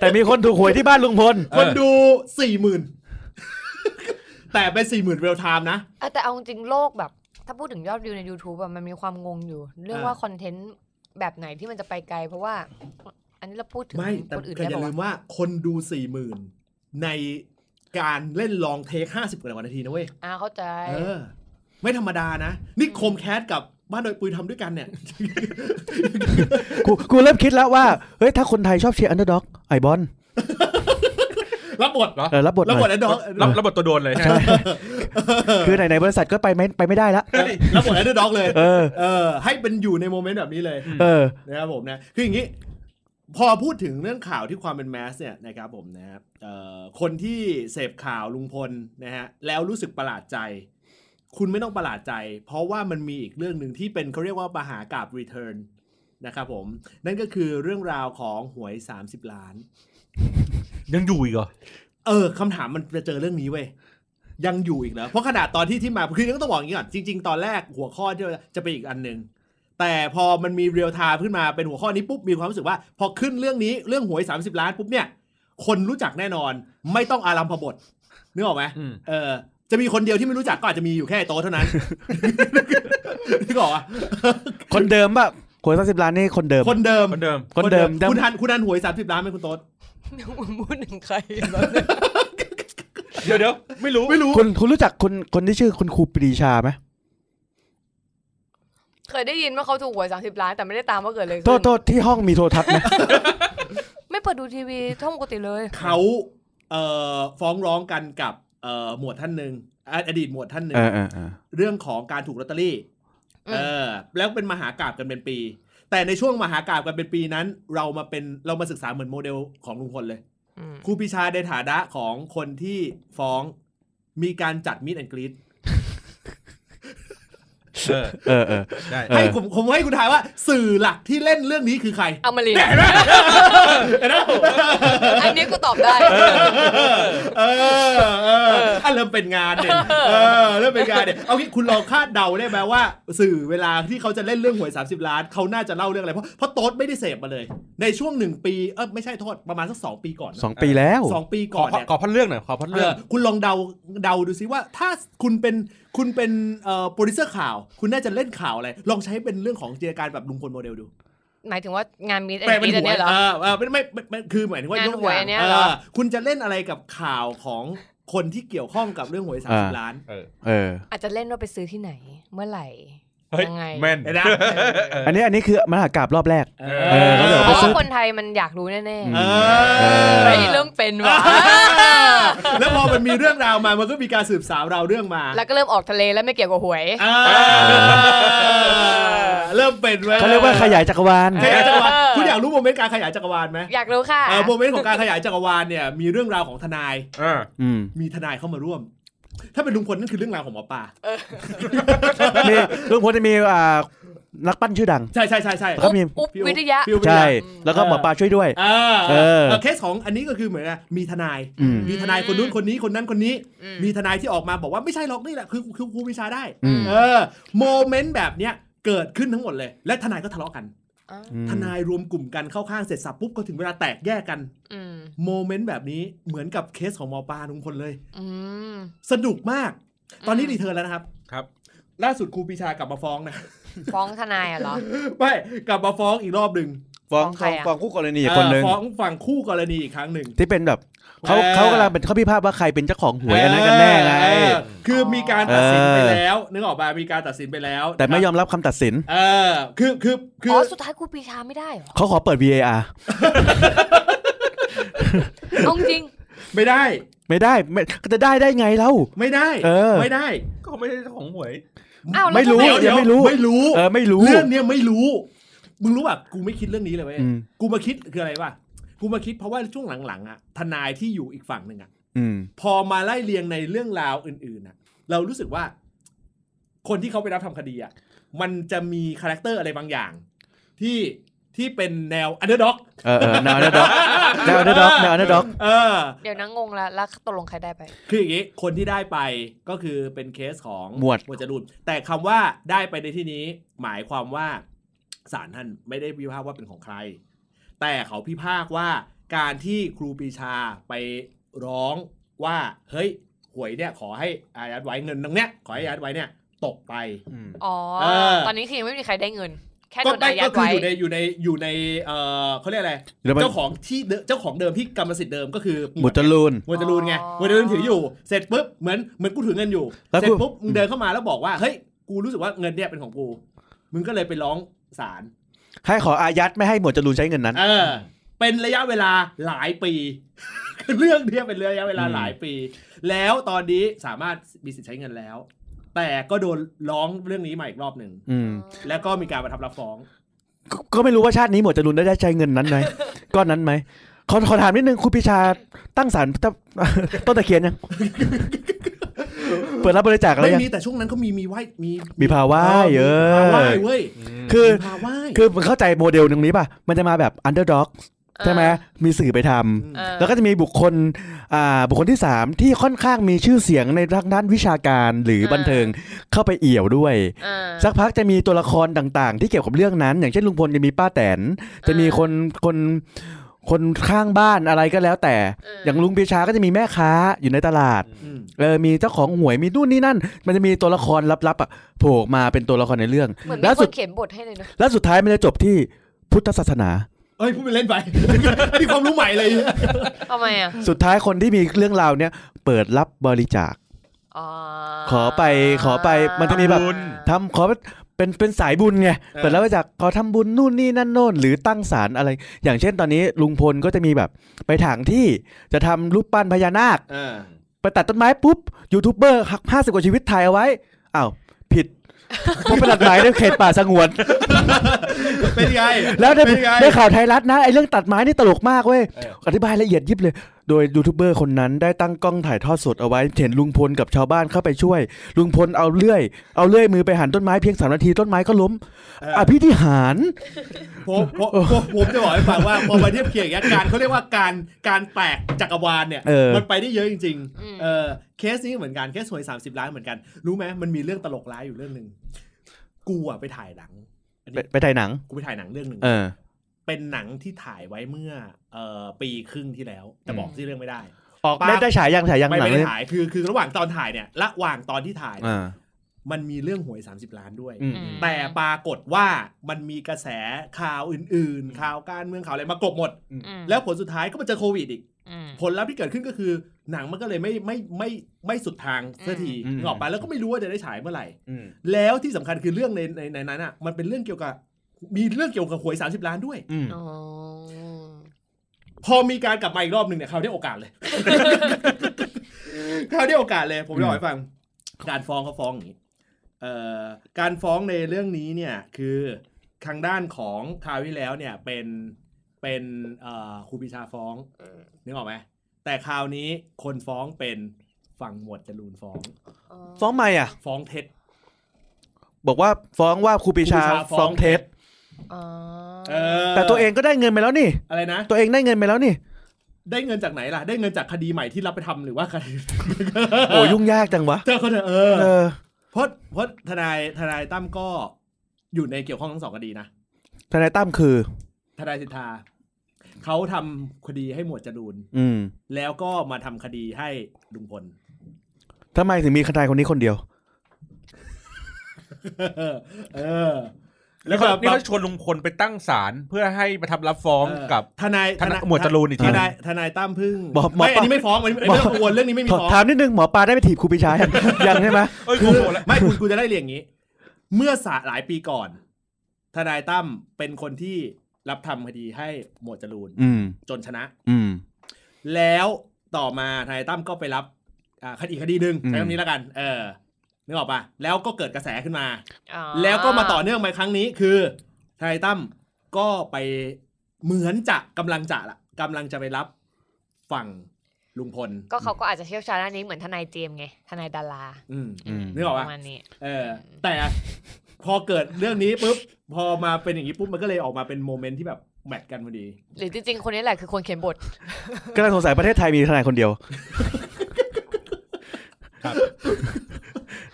Speaker 4: แต่มีคนถูกหวยที่บ้านลุงพล
Speaker 1: คนดูสี่หมื่น [laughs] แต่เป็นสี่หมื่นเรียลไทม์นะ
Speaker 3: เออแต่เอาจริงๆโลกแบบ ถ้าพูดถึงยอดวิวใน YouTube อะมันมีความงงอยู่ เรื่อง
Speaker 1: อ่า
Speaker 3: ว่าคอนเทนต์แบบไหนที่มันจะไปไกล เพราะว่า อันนี้เราพูดถึง
Speaker 1: ไม่ แต่
Speaker 3: คนอื่น
Speaker 1: แต่
Speaker 3: ได้
Speaker 1: อย่า
Speaker 3: ปะ
Speaker 1: ลื
Speaker 3: วะ
Speaker 1: มว่าคนดูสี่หมื่นในการเล่นลองเทคห้าสิบกว่านาทีนะเว้ย
Speaker 3: อ่าเข้าใจ
Speaker 1: เออ ไม่ธรรมดานะ นี่โคมแคสกับบ้านโดยปุยทำด้วยกันเนี่ย [laughs]
Speaker 4: กูกูเริ่มคิดแล้วว่า เฮ้ย ถ้าคนไทยชอบเชียร์อันเดอร์ด็อกไอบอล
Speaker 1: รับบท
Speaker 2: เหรอ
Speaker 4: เออรับบทห
Speaker 1: รั
Speaker 4: น่
Speaker 1: บ
Speaker 4: อบ
Speaker 1: ท
Speaker 4: ย
Speaker 1: แอนดอร์
Speaker 2: รับรับบทตัวโดนเลยฮะ
Speaker 4: ใช่ คือไหนๆบริษัทก็ไปไม่ไปไม่ได้ละ
Speaker 1: [laughs] รับบทแอนดอร์ด็อกเลย
Speaker 4: เออ
Speaker 1: เออ ให้เป็นอยู่ในโมเมนต์แบบนี้เลย
Speaker 4: เออ
Speaker 1: นะครับผมนะคืออย่างนี้ พอพูดถึงเรื่องข่าวที่ความเป็นแมสเนี่ยนะครับผมนะครับเอ่อคนที่เสพข่าวลุงพลนะฮะแล้วรู้สึกประหลาดใจ คุณไม่ต้องประหลาดใจ เพราะว่ามันมีอีกเรื่องหนึ่งที่เป็นเขาเรียกว่าปหากาบรีเทิร์นนะครับผม นั่นก็คือเรื่องราวของหวย 30 ล้าน
Speaker 2: ยังอยู่อีกเหรอ
Speaker 1: เออคำถามมันจะเจอเรื่องนี้เว้ยยังอยู่อีกเหรอเพราะขนาดตอนที่ที่มาคือต้องบอกอย่างนี้ก่อนจริง ๆ ตอนแรกหัวข้อที่จะเป็นอีกอันหนึ่งแต่พอมันมีเรียลไทม์ขึ้นมาเป็นหัวข้อนี้ปุ๊บมีความรู้สึกว่า พอขึ้นเรื่องนี้เรื่องหวย 30 ล้านปุ๊บเนี่ย คนรู้จักแน่นอน ไม่ต้องอารัมพบทนึกออกไหม
Speaker 2: อืม
Speaker 1: เออ จะมีคนเดียวที่ไม่รู้จักก็อาจจะมีอยู่แค่ไอ้โตะเท่านั้น [laughs] นึกออกปะ
Speaker 4: คนเดิมป่ะหวยสามสิบล้านนี่คนเดิม
Speaker 1: คนเดิม
Speaker 2: คนเดิม
Speaker 4: คนเดิมจำ
Speaker 1: คุณทันคุณทันหวย 30 ล้านไหมคุณโต๊ด
Speaker 3: [laughs] พูดถึงใคร [laughs]
Speaker 2: เดี๋ยวเดี๋ยวไม่รู้
Speaker 1: ไม่รู้
Speaker 4: คุณคุณรู้จักคนคนที่ชื่อคุณครูปรีชาไหม
Speaker 3: เคยได้ยินว่าเขาถูกหวยสามสิบล้านแต่ไม่ได้ตามว่าเกิดอะไรขึ้น
Speaker 4: โทษโทษที่ห้องมีโทรทัศน์ไหม
Speaker 3: ไม่เปิดดูทีวีท่องปกติเลย
Speaker 1: เขาเอ่อฟ้องร้องกันกับเอ่อหมวดท่านหนึ่งอ่ะอดีตหมวดท่านหนึ่ง
Speaker 4: เออเออเออ
Speaker 1: เรื่องของการถูกลอตเตอรี่ เออ แล้วเป็นมหากราบกันเป็นปี แต่ในช่วงมหากราบกันเป็นปีนั้น เรามาเป็นเรามาศึกษาเหมือนโมเดลของลุงพลเลย
Speaker 3: อืม
Speaker 1: ครูปีชาในฐานะของคนที่ฟ้องมีการจัดมิดแอนกรีด
Speaker 2: เออ
Speaker 4: เออเออ
Speaker 2: ได้
Speaker 4: เออ
Speaker 1: ให้ผมผมให้คุณทายว่าสื่อหลักที่เล่นเรื่องนี้คือใคร
Speaker 3: เอามาเรียน
Speaker 1: เห็นไหม
Speaker 3: อันนี้กูตอบได้
Speaker 1: เออเอออ่ะเริ่มเป็นงานเนี่ยเออเริ่มเป็นงานเนี่ยเอางี้คุณลองคาดเดาได้ไหมว่า สื่อเวลาที่เขาจะเล่นเรื่องหวย 30 ล้านเขาน่าจะเล่าเรื่องอะไรเพราะเพราะโต๊ดไม่ได้เสพมาเลย ในช่วงหนึ่งปีเออไม่ใช่โทษประมาณสักสองปีก่อนนะ
Speaker 4: สองปีแล้ว
Speaker 1: สองปี
Speaker 2: ข
Speaker 1: ก่
Speaker 2: อ
Speaker 1: อน
Speaker 2: ขอ
Speaker 1: เนี่ย
Speaker 2: ขอพันเรื่องหน่อยขอพัน
Speaker 1: เอ
Speaker 2: เรื่อง
Speaker 1: อคุณลองเดาเดาดูซิว่าถ้าคุณเป็นคุณเป็นเอ่อโปรดิวเซอร์ข่าว คุณน่าจะเล่นข่าวอะไร ลองใช้เป็นเรื่องของจินตนาการแบบลุงพลโมเดลดู
Speaker 3: หมายถึงว่างานมีดแอ
Speaker 1: แปล
Speaker 3: น
Speaker 1: เป็น
Speaker 3: มีด
Speaker 1: หัว
Speaker 3: เนี่ยเหรอ
Speaker 1: เออเออไม่ไม่ไม่ไม่คือหมายถึงว่าย
Speaker 3: งาน
Speaker 1: ก
Speaker 3: หวยอันเนี้ย
Speaker 1: เอ
Speaker 3: เหรอ
Speaker 1: อคุณจะเล่นอะไรกับข่าวของคนที่เกี่ยวข้องกับเรื่องหวยสามสิบ
Speaker 4: อ่า
Speaker 1: ล้าน
Speaker 2: เออ
Speaker 4: เออ
Speaker 3: อาจจะเล่นว่าไปซื้อที่ไหน เมื่อไหร่
Speaker 2: เฮ้ย
Speaker 3: ยังไง
Speaker 2: แม่น
Speaker 1: เห็นไหม
Speaker 4: อันนี้อันนี้คือมหากราบรอบแรก
Speaker 1: เอ
Speaker 2: เออ
Speaker 1: อ
Speaker 2: ก็เดี๋ยวไป
Speaker 3: เพราะ
Speaker 2: ซื้
Speaker 3: ว่า
Speaker 2: อ
Speaker 3: คนไทยมันอยากรู้แน่
Speaker 1: เอ
Speaker 3: ๆ
Speaker 1: อ
Speaker 3: เฮ้ยเริ่มเป็นว่ะ
Speaker 1: แล้วพอมันมีเรื่องราวมามันก็มีการสืบสาวเราวเรื่องมา
Speaker 3: แล้วก็เริ่มออกทะเลแล้วไม่เกี่ยวกับหวย
Speaker 1: เออเริ่มเป็นว้
Speaker 4: เขาเรียกว่าขยายจักรวาล
Speaker 1: ขยายจักรวาล
Speaker 3: เออ
Speaker 1: คุณอยากรู้โมเมนต์การขยายจักรวาลไหม
Speaker 3: อยากรู้ค่ะ
Speaker 1: เออโมเมนต์ของการขยายจักรวาลเนี่ยมีเรื่องราวของทนาย
Speaker 2: เออ
Speaker 4: อืม
Speaker 1: มีทนายเข้ามาร่วม ถ้าเป็นลุงพลนั่นคือเรื่องราวของหมอปลา
Speaker 4: มีลุงพลจะมีอ่านักปั้นชื่อดัง
Speaker 1: ใช่ใช่ใช่ใช่
Speaker 4: ครับ มี
Speaker 3: อุ๊บวิทยะ
Speaker 1: พี่อุ๊บวิทยา
Speaker 4: ใช่ แล้วก็หมอปลาช่วยด้วย
Speaker 1: เออ
Speaker 4: เออ
Speaker 1: เออเคสของอันนี้ก็คือเหมือนนะมีทนาย
Speaker 4: อืม
Speaker 1: มีทนายคนนู้นคนนี้คนนั้นคนนี้
Speaker 3: อืม
Speaker 1: มีทนายที่ออกมาบอกว่าไม่ใช่หรอกนี่แหละคือคือครูวิชาได้
Speaker 4: อืม
Speaker 1: เออโมเมนต์แบบเนี้ยเกิดขึ้นทั้งหมดเลย และทนายก็ทะเลาะกัน ทนายรวมกลุ่มกันเข้าข้างเสร็จสับปุ๊บก็ถึงเวลาแตกแยกกัน
Speaker 3: อืม
Speaker 1: โมเมนต์แบบนี้เหมือนกับเคสของหมอปลาลุงพลเลย
Speaker 3: อืม
Speaker 1: สนุกมาก ตอนนี้รีเทิร์นแล้วนะครับ
Speaker 2: ครับ
Speaker 1: ล่าสุดครูปรีชากลับมาฟ้องนะ [laughs]
Speaker 3: ฟ้องทนายอะเหรอ
Speaker 1: ไม่กลับมาฟ้องอีกรอบหนึ่ง
Speaker 4: ฟ้อ
Speaker 3: ฟ้อ
Speaker 4: ง
Speaker 3: งใครอะ
Speaker 4: ฟ้องคู่กรณีอีกคนนึง
Speaker 1: เอ่อฟ้องฝั่งคู่กรณีอีกครั้งหนึ่ง
Speaker 4: ที่เป็นแบบเขา
Speaker 1: เออ
Speaker 4: เขากำลังเป็นข้อพิพาทว่าใครเป็นเจ้าของหวยอันนั้นกันแน่ไง
Speaker 1: เออคือมีการตัดสินไป
Speaker 4: เออ
Speaker 1: แล้วนึกออกป่ะมีการตัดสินไปแล้ว
Speaker 4: แต่ไม่ยอมรับคำตัดสิน
Speaker 1: เออคือคือคือ
Speaker 3: อ๋
Speaker 1: อ
Speaker 3: อสุดท้ายครูปรีชาไม่ได้เหรอ
Speaker 4: เขาขอเปิด VAR
Speaker 3: เอาจริง
Speaker 1: ไม่ได้
Speaker 4: ไม่ได้ไม่จะได้ได้ไงเล่า
Speaker 1: ไม่ได้
Speaker 4: เออ
Speaker 1: ไม่ได้
Speaker 2: ก็ไม่ใช่เจ้าของหวย
Speaker 3: อ้าวแล้ว
Speaker 4: ไม่รู้
Speaker 1: เดี๋ยว
Speaker 4: ยังไม่รู้
Speaker 1: ไม่รู้
Speaker 4: เออไม่รู้
Speaker 1: เรื่องเนี้ยไม่รู้มึงรู้ป่ะกูไม่คิดเรื่องนี้เลยเว้ย
Speaker 4: อืม
Speaker 1: กูมาคิดคืออะไรป่ะกูมาคิดเพราะว่าช่วงหลังๆอ่ะทนายที่อยู่อีกฝั่งหนึ่งอ่ะ
Speaker 4: อืม
Speaker 1: พอมาไล่เรียงในเรื่องราวอื่นๆน่ะ เรารู้สึกว่า คนที่เขาไปรับทำคดีอ่ะมันจะมีคาแรคเตอร์อะไรบางอย่าง ที่ที่เป็นแนวอันเดอร์ด็อก
Speaker 4: เออเออแนวอันเดอ
Speaker 1: [laughs]
Speaker 4: ร์ด็อกแนวอันเดอร์ด็อกแนวอันเดอร์ด็อก
Speaker 1: เออ
Speaker 3: เดี๋ยวนะงงละแล้วตกลงใครได้ไป
Speaker 1: คืออย่างนี้ คนที่ได้ไปก็คือเป็นเคสของ
Speaker 4: หมวด
Speaker 1: หมวดจรูนแต่คำว่าได้ไปในที่นี้ หมายความว่าศาลท่านไม่ได้พิพากษ์ว่าเป็นของใคร แต่เขาพิพากษ์ว่าการที่ครูปรีชาไปร้องว่าเฮ้ยหวยเนี่ยขอให้อายัดไว้เงินตรงเนี้ยขอให้อายัดไว้เนี่ยตกไป
Speaker 3: อ๋อ
Speaker 1: เออ
Speaker 3: ตอนนี้คือยังไม่มีใครได้เงิน แค่
Speaker 1: ก็
Speaker 3: โดน
Speaker 1: ได้
Speaker 3: อายั
Speaker 1: ก็
Speaker 3: ด
Speaker 1: คือ
Speaker 3: ไว้
Speaker 1: อยู่ในอยู่ในอยู่ในเอ่อเขาเรียกอะไร
Speaker 4: เดี๋ยวมัน
Speaker 1: เจ้าของที่เดิมเจ้าของเดิมที่กรรมสิทธิ์เดิมก็คือ
Speaker 4: หมวดจรูน
Speaker 1: หมวดจรูนไง
Speaker 3: อ๋อ
Speaker 1: หมวดจรูนถืออยู่เสร็จปุ๊บเหมือนเหมือนกูถือเงินอยู่
Speaker 4: แล้ว
Speaker 1: เสร็จ
Speaker 4: กู
Speaker 1: ปุ๊บมึงเดินเข้ามาแล้วบอกว่าเฮ้ยกูรู้สึกว่าเงินเนี่ยเป็นของกูมึงก็เลยไปร้องศาล
Speaker 4: ให้ขออายัดไม่ให้หมวดจรูนใช้เงินนั้น
Speaker 1: เออ เป็นระยะเวลาหลายปี [laughs] เรื่องเนี้ยเป็นระยะเวลาหลายปี แล้วตอนนี้สามารถมีสิทธิ์ใช้เงินแล้ว แต่ก็โดนร้องเรื่องนี้มาอีกรอบหนึ่ง
Speaker 4: อืม
Speaker 1: แล้วก็มีการประทับรับฟ้อง
Speaker 4: ก็ก็ไม่รู้ว่าชาตินี้หมวดจรูนได้ใช้เงิน
Speaker 1: [laughs]
Speaker 4: นั้นไหม ก้อนนั้นไหมขอขอถามนิดนึงคุณพิชาตั้งศาลต้น ต้นตะเคียนยัง
Speaker 1: [laughs]
Speaker 4: เปิดรับบริจาคอะไร
Speaker 1: ไม่
Speaker 4: ยัง
Speaker 1: มีแต่ช่วงนั้นเขามีมีไหวมี
Speaker 4: มีภาวะเยอะ
Speaker 1: มีภาวะเว้ย
Speaker 4: คือ
Speaker 1: มีภาวะ
Speaker 4: คือมันเข้าใจโมเดลตรงนี้ป่ะ มันจะมาแบบอันเดอร์ด็อกใช่ไหมมีสื่อไปทำ
Speaker 3: เออ
Speaker 4: แล้วก็จะมีบุคคลอ่าบุคคลที่ 3 ที่ค่อนข้างมีชื่อเสียงในทางด้านวิชาการหรืออา บันเทิงเข้าไปเอี่ยวด้วย
Speaker 3: อ่า
Speaker 4: สักพักจะมีตัวละครต่างๆ ที่เกี่ยวกับเรื่องนั้น อย่างเช่นลุงพลจะมีป้าแตน จะมีคนคนคนข้างบ้านอะไรก็แล้วแต่
Speaker 3: เออ
Speaker 4: อ
Speaker 3: อ
Speaker 4: ย่างลุงปีชาก็จะมีแม่ค้าอยู่ในตลาด
Speaker 1: ม
Speaker 4: เออมีเจ้าของหวยมีนู่นนี่นั่น มันจะมีตัวละครลับๆอ่ะโผล่มาเป็นตัวละครในเรื่อง
Speaker 3: เหมือนมี
Speaker 4: แล้ว
Speaker 3: ค
Speaker 4: สุด
Speaker 3: นเขียนบทให้เลยเนอะ
Speaker 4: แล้วสุดท้ายมันจะจบที่พุทธศาสนา
Speaker 1: เอ้ยพูดไปเล่นไป [laughs] นี่ความรู้ใหม่เลย
Speaker 3: ทำไมอ่ะ
Speaker 4: สุดท้ายคนที่มีเรื่องราวเนี้ยเปิดรับบริจาค
Speaker 3: อ๋อ
Speaker 4: ขอไปขอไปมันจะมีแบบ ทำขอเป็นเป็นสายบุญไง
Speaker 1: ออ
Speaker 4: เปิดแล้วมาจากขอทำบุญนู่นนี่นั่นโน่นหรือตั้งศาลอะไร อย่างเช่นตอนนี้ลุงพลก็จะมีแบบไปถางที่จะทำรูปปั้นพญานาค
Speaker 1: เออ
Speaker 4: ไปตัดต้นไม้ปุ๊บยูทูบเบอร์หักห้าสิบกว่าชีวิตถ่ายเอาไว้อ้าวผิด [laughs] ผู้ประหลัดไม้ในเขตป่าสงวน
Speaker 1: เป็นไง
Speaker 4: แล้วได้
Speaker 1: เป็นไง
Speaker 4: ได้ข่าวไทยรัฐนะไอ้เรื่องตัดไม้นี่ตลกมากเว้ย
Speaker 2: เออ
Speaker 4: อธิบายละเอียดยิบเลย โดยยูทูบเบอร์คนนั้นได้ตั้งกล้องถ่ายทอดสดเอาไว้ เห็นลุงพลกับชาวบ้านเข้าไปช่วย ลุงพลเอาเลื่อย เอาเลื่อยมือไปหันต้นไม้เพียงสามนาทีต้นไม้ก็ล้ม
Speaker 1: เออ
Speaker 4: อภิธิหาร
Speaker 1: ผมผมผมผมจะบอกให้ฟังว่าพอมาเทียบเคียงอย่างเงี้ยการเขาเรียกว่าการการแตกจักรวาลเนี่ย
Speaker 4: เออ
Speaker 1: มันไปได้เยอะจริง ๆ เออเคสนี้เหมือนกันเคสหวย30 ล้านเหมือนกัน รู้ไหมมันมีเรื่องตลกร้ายอยู่เรื่องหนึ่งกูอะไปถ่ายหนังอัน
Speaker 4: ไป
Speaker 1: นี้
Speaker 4: ไปถ่ายหนัง
Speaker 1: กูไปถ่ายหนังเรื่องหนึ่ง
Speaker 4: เออ
Speaker 1: เป็นหนังที่ถ่ายไว้เมื่อเอ่อปีครึ่งที่แล้ว แต่บอกที่อเรื่องไม่ได้
Speaker 4: ออกได้ได้ฉายยังฉายยัง
Speaker 1: ไม่
Speaker 4: หนัง
Speaker 1: ไม่
Speaker 4: เล
Speaker 1: ได้
Speaker 4: ย
Speaker 1: ถ่ายคือคือระหว่างตอนถ่ายเนี่ยระหว่างตอนที่ถ่ายเนี่ย
Speaker 4: อ่า
Speaker 1: มันมีเรื่องหวย 30 ล้านด้วย
Speaker 4: อืม
Speaker 3: อืม
Speaker 1: แต่ปรากฏว่ามันมีกระแสข่าวอื่น ๆ ข่าวการเมืองข่าวอะไรมากลบหมด
Speaker 3: อืม
Speaker 1: แล้วผลสุดท้ายก็มาเจอโควิดอีก
Speaker 3: อืม
Speaker 1: ผลลัพธ์ที่เกิดขึ้นก็คือ หนังมันก็เลยไม่ไม่ไม่ไม่สุดทางสักที
Speaker 5: อืม
Speaker 1: นึกออกไปแล้วก็ไม่รู้ว่าจะได้ฉายเมื่อไหร่
Speaker 5: อืม
Speaker 1: แล้วที่สำคัญคือเรื่องในในในนั้นอ่ะมันเป็นเรื่องเกี่ยวกับมีเรื่องเกี่ยวกับหวย 30 ล้านด้วย
Speaker 5: อืม
Speaker 3: อ๋อ
Speaker 1: พอมีการกลับมาอีกรอบหนึ่งเนี่ยเขาวได้โอกา [laughs] สเลย เขาวได้โอกาสเลย ผมจะบอกให้ฟัง การฟ้องเขาฟ้องอย่างนี้เอ่อการฟ้องในเรื่องนี้เนี่ยคือทางด้านของคราวที่แล้วเนี่ยเป็นเป็นเอ่อครูปรีชาฟ้องนึกออกไหมแต่คราวนี้คนฟ้องเป็นฝั่งหมวดจรูนฟ้อง
Speaker 3: อ๋อ
Speaker 4: ฟ้องไม่อ่ะ
Speaker 1: ฟ้องเท็จ
Speaker 4: บอกว่าฟ้องว่าครูปรีชา
Speaker 1: ครูปรีชาฟ้อง
Speaker 4: ฟ้องเท็จ
Speaker 3: อ๋อ
Speaker 1: เออ
Speaker 4: แต่ตัวเองก็ได้เงินไปแล้วนี่
Speaker 1: อะไรนะ
Speaker 4: ตัวเองได้เงินไปแล้วนี่
Speaker 1: ได้เงินจากไหนล่ะ ได้เงินจากคดีใหม่ที่รับไปทำหรือว่าคดี
Speaker 4: โอ้ยุ่งยากจังวะ
Speaker 1: เจอเขาเถอะเออ
Speaker 4: เออ
Speaker 1: เพราะเพราะทนายทนายตั้มก็อยู่ในเกี่ยวข้องทั้งสองคดีนะ
Speaker 4: ทนายตั้มคือ
Speaker 1: ทนายสิทธาเขาทำคดีให้หมวดจรูน
Speaker 4: อืม
Speaker 1: แล้วก็มาทำคดีให้ลุ [laughs] งพล
Speaker 4: ทำไมถึงมีทนายคนนี้คนเดียว
Speaker 1: เออ แล้
Speaker 2: แล้ว ว
Speaker 1: ก็
Speaker 2: ก็นี่เขาชวนลุงพลไปตั้งศาลเพื่อให้ประทับรับฟ้องกับ
Speaker 1: ทนาย
Speaker 2: ทนายหมวดจรูนอีกที
Speaker 1: ทนายทนายตั้มพึ่ง
Speaker 4: บอกหมอ
Speaker 1: ไม่อันนี้
Speaker 4: ปะ
Speaker 1: ไม่ฟ้องอันนี้ไม่ต้องกังวลเรื่องนี้ไม่มีฟ้อง
Speaker 4: ถามนิดนึงหมอปลาได้ไปถีบครูปรีชา
Speaker 1: [laughs]
Speaker 4: ยัง ยังใช่ไหม
Speaker 2: เอ้ย
Speaker 1: คื
Speaker 2: กู
Speaker 1: อ
Speaker 2: โหแล้ว
Speaker 1: ไม่คุณกูจะได้เรียนอย่างนี้ เมื่อสาหลายปีก่อน ทนายตั้มเป็นคนที่รับทำคดีให้หมวดจรูน
Speaker 4: อืม
Speaker 1: จนชนะ
Speaker 4: อืม
Speaker 1: แล้วต่อมาทนายตั้มก็ไปรับอ่าคดีคดีหนึ่ง
Speaker 4: อืม
Speaker 1: ใช้คำนี้แล้วกัน เออนึกออกปะแล้วก็เกิดกระแสขึ้นมา
Speaker 3: อ๋อ
Speaker 1: แล้วก็มาต่อเนื่องมาครั้งนี้คือทนายตั้มก็ไปเหมือนจะกำลังจะละกำลังจะไปรับฝั่งลุงพล
Speaker 3: ก็เขาก็อาจจะเชี่ยวชาญด้านนี้เหมือนทนายเจมส์ไงทนายดารา
Speaker 1: อืม
Speaker 4: อืม
Speaker 1: นึกออก
Speaker 3: ป
Speaker 1: ปะ
Speaker 3: ระมาณนี้
Speaker 1: เออแต่พอเกิดเรื่องนี้ปุ๊บ พอมาเป็นอย่างนี้ปุ๊บ มันก็เลยออกมาเป็นโมเมนต์ที่แบบแมทกันพอดี
Speaker 3: หรือจริงๆ คนนี้แหละคือคนเขียนบท
Speaker 4: กำลังสงสัยประเทศไทยมีทนายคนเดียว
Speaker 2: ครับ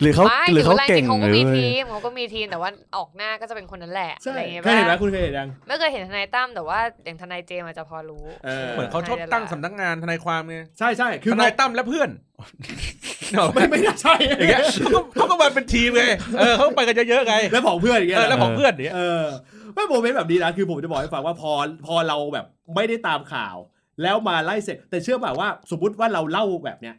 Speaker 4: หรือเขา
Speaker 3: ไม่
Speaker 4: หรือเขาเก่ง
Speaker 3: เขา
Speaker 4: ห
Speaker 3: ก็
Speaker 4: รือ
Speaker 3: มีทีมเขาก็มีทีมแต่ว่าออกหน้าก็จะเป็นคนนั้นแหละ
Speaker 1: ใช่
Speaker 3: อะไรอย่างเงี้ย
Speaker 1: เคยเห็นไหม
Speaker 3: ปะ
Speaker 1: คุณเคยเห็นยัง
Speaker 3: ไม่เคยเห็นทนายตั้มแต่ว่าอย่างทนายเจมส์อาจจะพอรู้
Speaker 1: เออ
Speaker 2: เหมือนเขาชอบตั้งสำนักงานทนายความไง
Speaker 1: ใช่ใช่คือน
Speaker 2: ทายตั้มและเพื่อนเนาะ [laughs]
Speaker 1: ไม่ไม่น่าใช่
Speaker 2: อย่างเงี้ยเขาก็เขาก็มาเป็นทีมไงเออเขาไปกันเยอะๆไง
Speaker 1: แล้วของเพื่อนอย่างเงี้
Speaker 2: เอยอ
Speaker 1: เหร
Speaker 2: แล้
Speaker 1: อ
Speaker 2: วของเพื่อนอย่างเนี้ย
Speaker 1: เออไม่โมเมนต์แบบนี้นะคือผมจะบอกให้ฟังว่าพอพอเราแบบไม่ได้ตามข่าว แล้วมาไล่เสร็จ แต่เชื่อป่ะว่าสมมติว่าเราเล่าแบบเนี้ย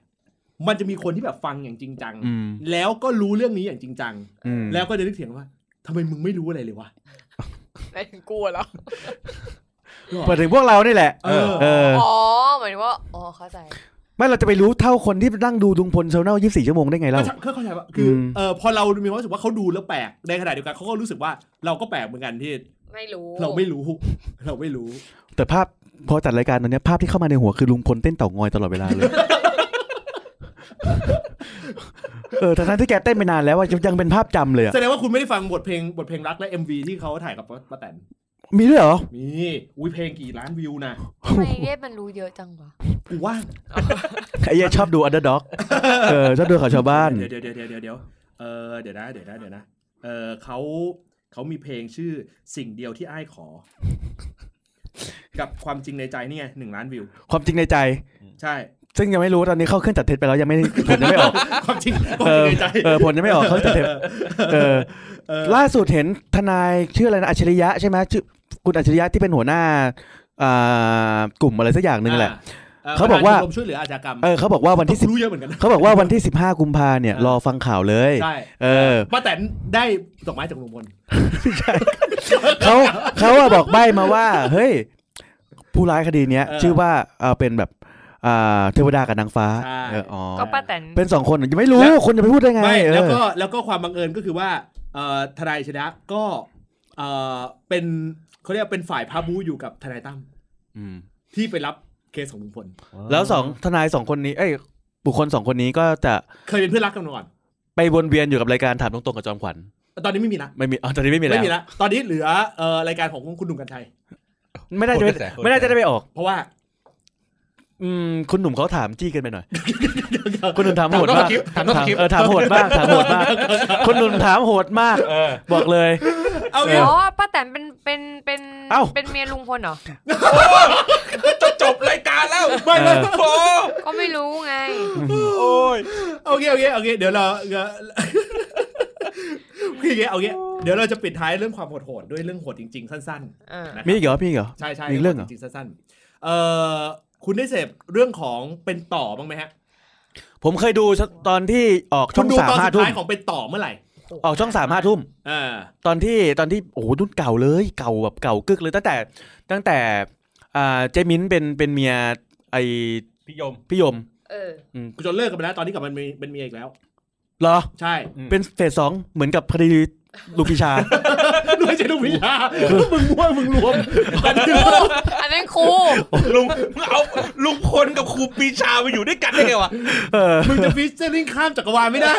Speaker 1: มันจะมีคนที่แบบฟังอย่างจริงจัง
Speaker 4: อืม
Speaker 1: แล้วก็รู้เรื่องนี้อย่างจริงจัง
Speaker 4: อืม
Speaker 1: แล้วก็จะนึกถึงว่าทำไมมึงไม่รู้อะไรเลยวะ
Speaker 3: หมายถึงกลัวแล้ว
Speaker 4: เปิดถึงพวกเรานี่แหละ
Speaker 1: เออ
Speaker 4: เออ
Speaker 3: อ๋อหมายถึงว่า อ๋อ เข้าใจ
Speaker 4: ไม่เราจะไปรู้เท่าคนที่นั่งดูลุงพลเซาเน่า24 ชั่วโมงได้ไงเล่า
Speaker 1: เข้าเข้าใจว่าคืออ
Speaker 4: ม
Speaker 1: เออพอเรามีความรู้สึกว่าเขาดูแล้วแปลกในขณะเดียวกันเขาก็รู้สึกว่าเราก็แปลกเหมือนกันที่
Speaker 3: ไม่รู้
Speaker 1: เราไม่รู้ เราไม่รู้
Speaker 4: แต่ภาพพอจัดรายการตอนเนี้ยภาพที่เข้ามาในหัวคือลุงพลเต้นเต่างอยตลอดเวลาเลย เออทั้งๆที่แกเต้นไปนานแล้วอะยังยังเป็นภาพจำเลยอะ
Speaker 1: แสดงว่าคุณไม่ได้ฟังบทเพลงบทเพลงรักและ MV ที่เขาถ่ายกับป้าแตน
Speaker 4: มีด้วยเหรอ
Speaker 1: มีอุ้ยเพลงกี่ล้านวิวนะ
Speaker 3: ทำไมเย็บมันรู้เยอะจังวะ
Speaker 1: กูว่า
Speaker 4: ไอ้เหี้ยชอบดูอันเดอร์ด็อก เออชอบดูข่าวชาวบ้าน
Speaker 1: เดี๋ยวเดี๋ยวเดี๋ยวเดี๋ยวเดี๋ยวเออเดี๋ยวนะเดี๋ยวนะเดี๋ยวนะเออเขาเขามีเพลงชื่อสิ่งเดียวที่อ้าย
Speaker 4: [laughs]
Speaker 1: ขอ กับความจริงในใจนี่ไงหนึ่งล้านวิว
Speaker 4: ความจริงในใจ
Speaker 1: ใช่
Speaker 4: ซึ่งยังไม่รู้ตอนนี้เข้าเครื่องจัดเท็จไปแล้วยังไม่
Speaker 1: [laughs]
Speaker 4: ผลยังไม่ออก
Speaker 1: ความจริงความ
Speaker 4: เอ
Speaker 1: จริ
Speaker 4: อง
Speaker 1: ในใจ
Speaker 4: เออผลยัง
Speaker 1: [laughs]
Speaker 4: ไม่ออกเขาจัดเท็จเออ
Speaker 1: เออ
Speaker 4: ล่าสุดเห็นทนายชื่ออะไรนะอัจฉริยะใช่ไหมชื่อคุณอัจฉริยะที่เป็นหัวหน้าอ่ากลุ่มอะไรสักอย่างหนึ่งแหละ
Speaker 1: อ่
Speaker 4: เขาบอกว่า
Speaker 1: ประธนชมรมช่วยเหลืออาชญากรรม
Speaker 4: เออเขาบอกว่าวันที่สิบ
Speaker 1: รู้เยอะเหมือนกันนะ
Speaker 4: เขาบอกว่าวันที่สิบห้ากุมภาเนี่ย
Speaker 1: เออ
Speaker 4: รอฟังข่าวเลย
Speaker 1: ใช่
Speaker 4: เออ
Speaker 1: ป้าแตนได้ดอกไม้จากลุงพล
Speaker 4: เขาเขาอะบอกใบมาว่า เฮ้ย ผู้ร้ายคดีเนี้ย ชื่อว่าเออเป็นแบบอ่าเทวดากับนางฟ้าเอออ๋อ
Speaker 3: ก็ป้าแตน
Speaker 4: เป็นสองคนยังไม่รู้คนจะไปพูดได้ไง
Speaker 1: ไม่
Speaker 4: เออ
Speaker 1: แล้วก็แล้วก็ความบังเอิญก็คือว่าเอ่อทนายชนะก็เอ่อเป็นเขาเรียกว่าเป็นฝ่ายพาบูอยู่กับทนายตั้มที่ไปรับเคสของลุงพล
Speaker 4: แล้วสองทนายสองคนนี้ เอ้ย บุคคลสองคนนี้ก็จะ
Speaker 1: เคยเป็นเพื่อนรักกันมาก่อน
Speaker 4: ไปวนเวียนอยู่กับรายการถามตรงๆกับจอมขวัญ
Speaker 1: ตอนนี้ไม่มีละ
Speaker 4: ไม่มีอ๋อตอนนี้ไม่มีแล้ว
Speaker 1: ไม่มีละตอนนี้เหลือเอ่อรายการของคุณหนุ่มกัญชัย
Speaker 4: ไม่ได้จะไม่ไม่ได้จะได้ไปออก
Speaker 1: เพราะว่า
Speaker 4: อืมคุณหนุ่มเขาถามจี้กันไปหน่อย คุณหนุ่มถามโหด
Speaker 2: ต้องส
Speaker 4: มาก
Speaker 2: กิปถามต้องส
Speaker 4: ถาม
Speaker 2: กิป
Speaker 4: เออถามโหดมากถามโหดมากคุณหนุ่มถามโหดมาก
Speaker 2: เออ
Speaker 4: บอกเลย
Speaker 1: เอา
Speaker 4: เ
Speaker 1: งี้
Speaker 3: อ๋อ ป้าแตนเป็น เป็น เป็น
Speaker 4: เอ้า
Speaker 3: เป็นเมียลุงพลเหรอ
Speaker 2: จะจบรายการแล้ว
Speaker 1: ไม่ไม่
Speaker 4: เออ
Speaker 2: โอ้
Speaker 3: ก็ไม่รู้ไง
Speaker 2: โอ้ย
Speaker 1: เอางี้เอางี้เอางี้เดี๋ยวเราเอ่อคืออย่างเงี้ยเอางี้เดี๋ยวเราจะปิดท้ายเรื่องความโหดๆด้วยเรื่องโหดจริงๆ สั้น ๆ
Speaker 3: เออ
Speaker 1: นะครับ
Speaker 4: มีอีกเหรอมีอีกเหรอ
Speaker 1: ใช่ใช่
Speaker 4: มีอีกเรื่องเหรอ
Speaker 1: จริงๆสั้นๆเอ่อ คุณได้เสพเรื่องของเป็นต่อบ้างไหมฮะ
Speaker 4: ผมเคยดูตอนที่ออก
Speaker 1: คุ
Speaker 4: ช่อ
Speaker 1: ณ
Speaker 4: ง
Speaker 1: ดู
Speaker 4: สา
Speaker 1: ตอ
Speaker 4: ม
Speaker 1: น
Speaker 4: ห้า
Speaker 1: สุด
Speaker 4: ทุ่ม
Speaker 1: ท้ายของเป็นต่อเมื่อไหร่
Speaker 4: ออกช่องสามห้าทุ่ม
Speaker 1: เออ
Speaker 4: ตอนที่ตอนที่โอ้โหรุ่นเก่าเลย เก่าแบบเก่ากึกเลยตั้งแต่ตั้งแต่อ่าเจมินเป็นเป็นเมียไอ
Speaker 2: พี่ยม
Speaker 4: พี่ยม
Speaker 3: เออ
Speaker 1: คุณจนเลิกกันไปแล้วตอนนี้กลับมันมีเป็นเมียอีกแล้ว
Speaker 4: เหรอ
Speaker 1: ใช่ [laughs]
Speaker 2: อืม
Speaker 4: เป็นเฟสสองเหมือนกับคดีลูกพิชา
Speaker 1: รู้ไม่ใช่ลูกพิชา [laughs] มึงมั่วมึงรวมอัน [laughs] นี้
Speaker 3: อันนั้นครู
Speaker 2: ลุงมึงเอาลุงพลกับครูปีชาไปอยู่ด้วยกันได้ไงวะ
Speaker 4: เออ
Speaker 1: มึงจะฟิชเจอริ่งข้ามจักรวาลไม่ได้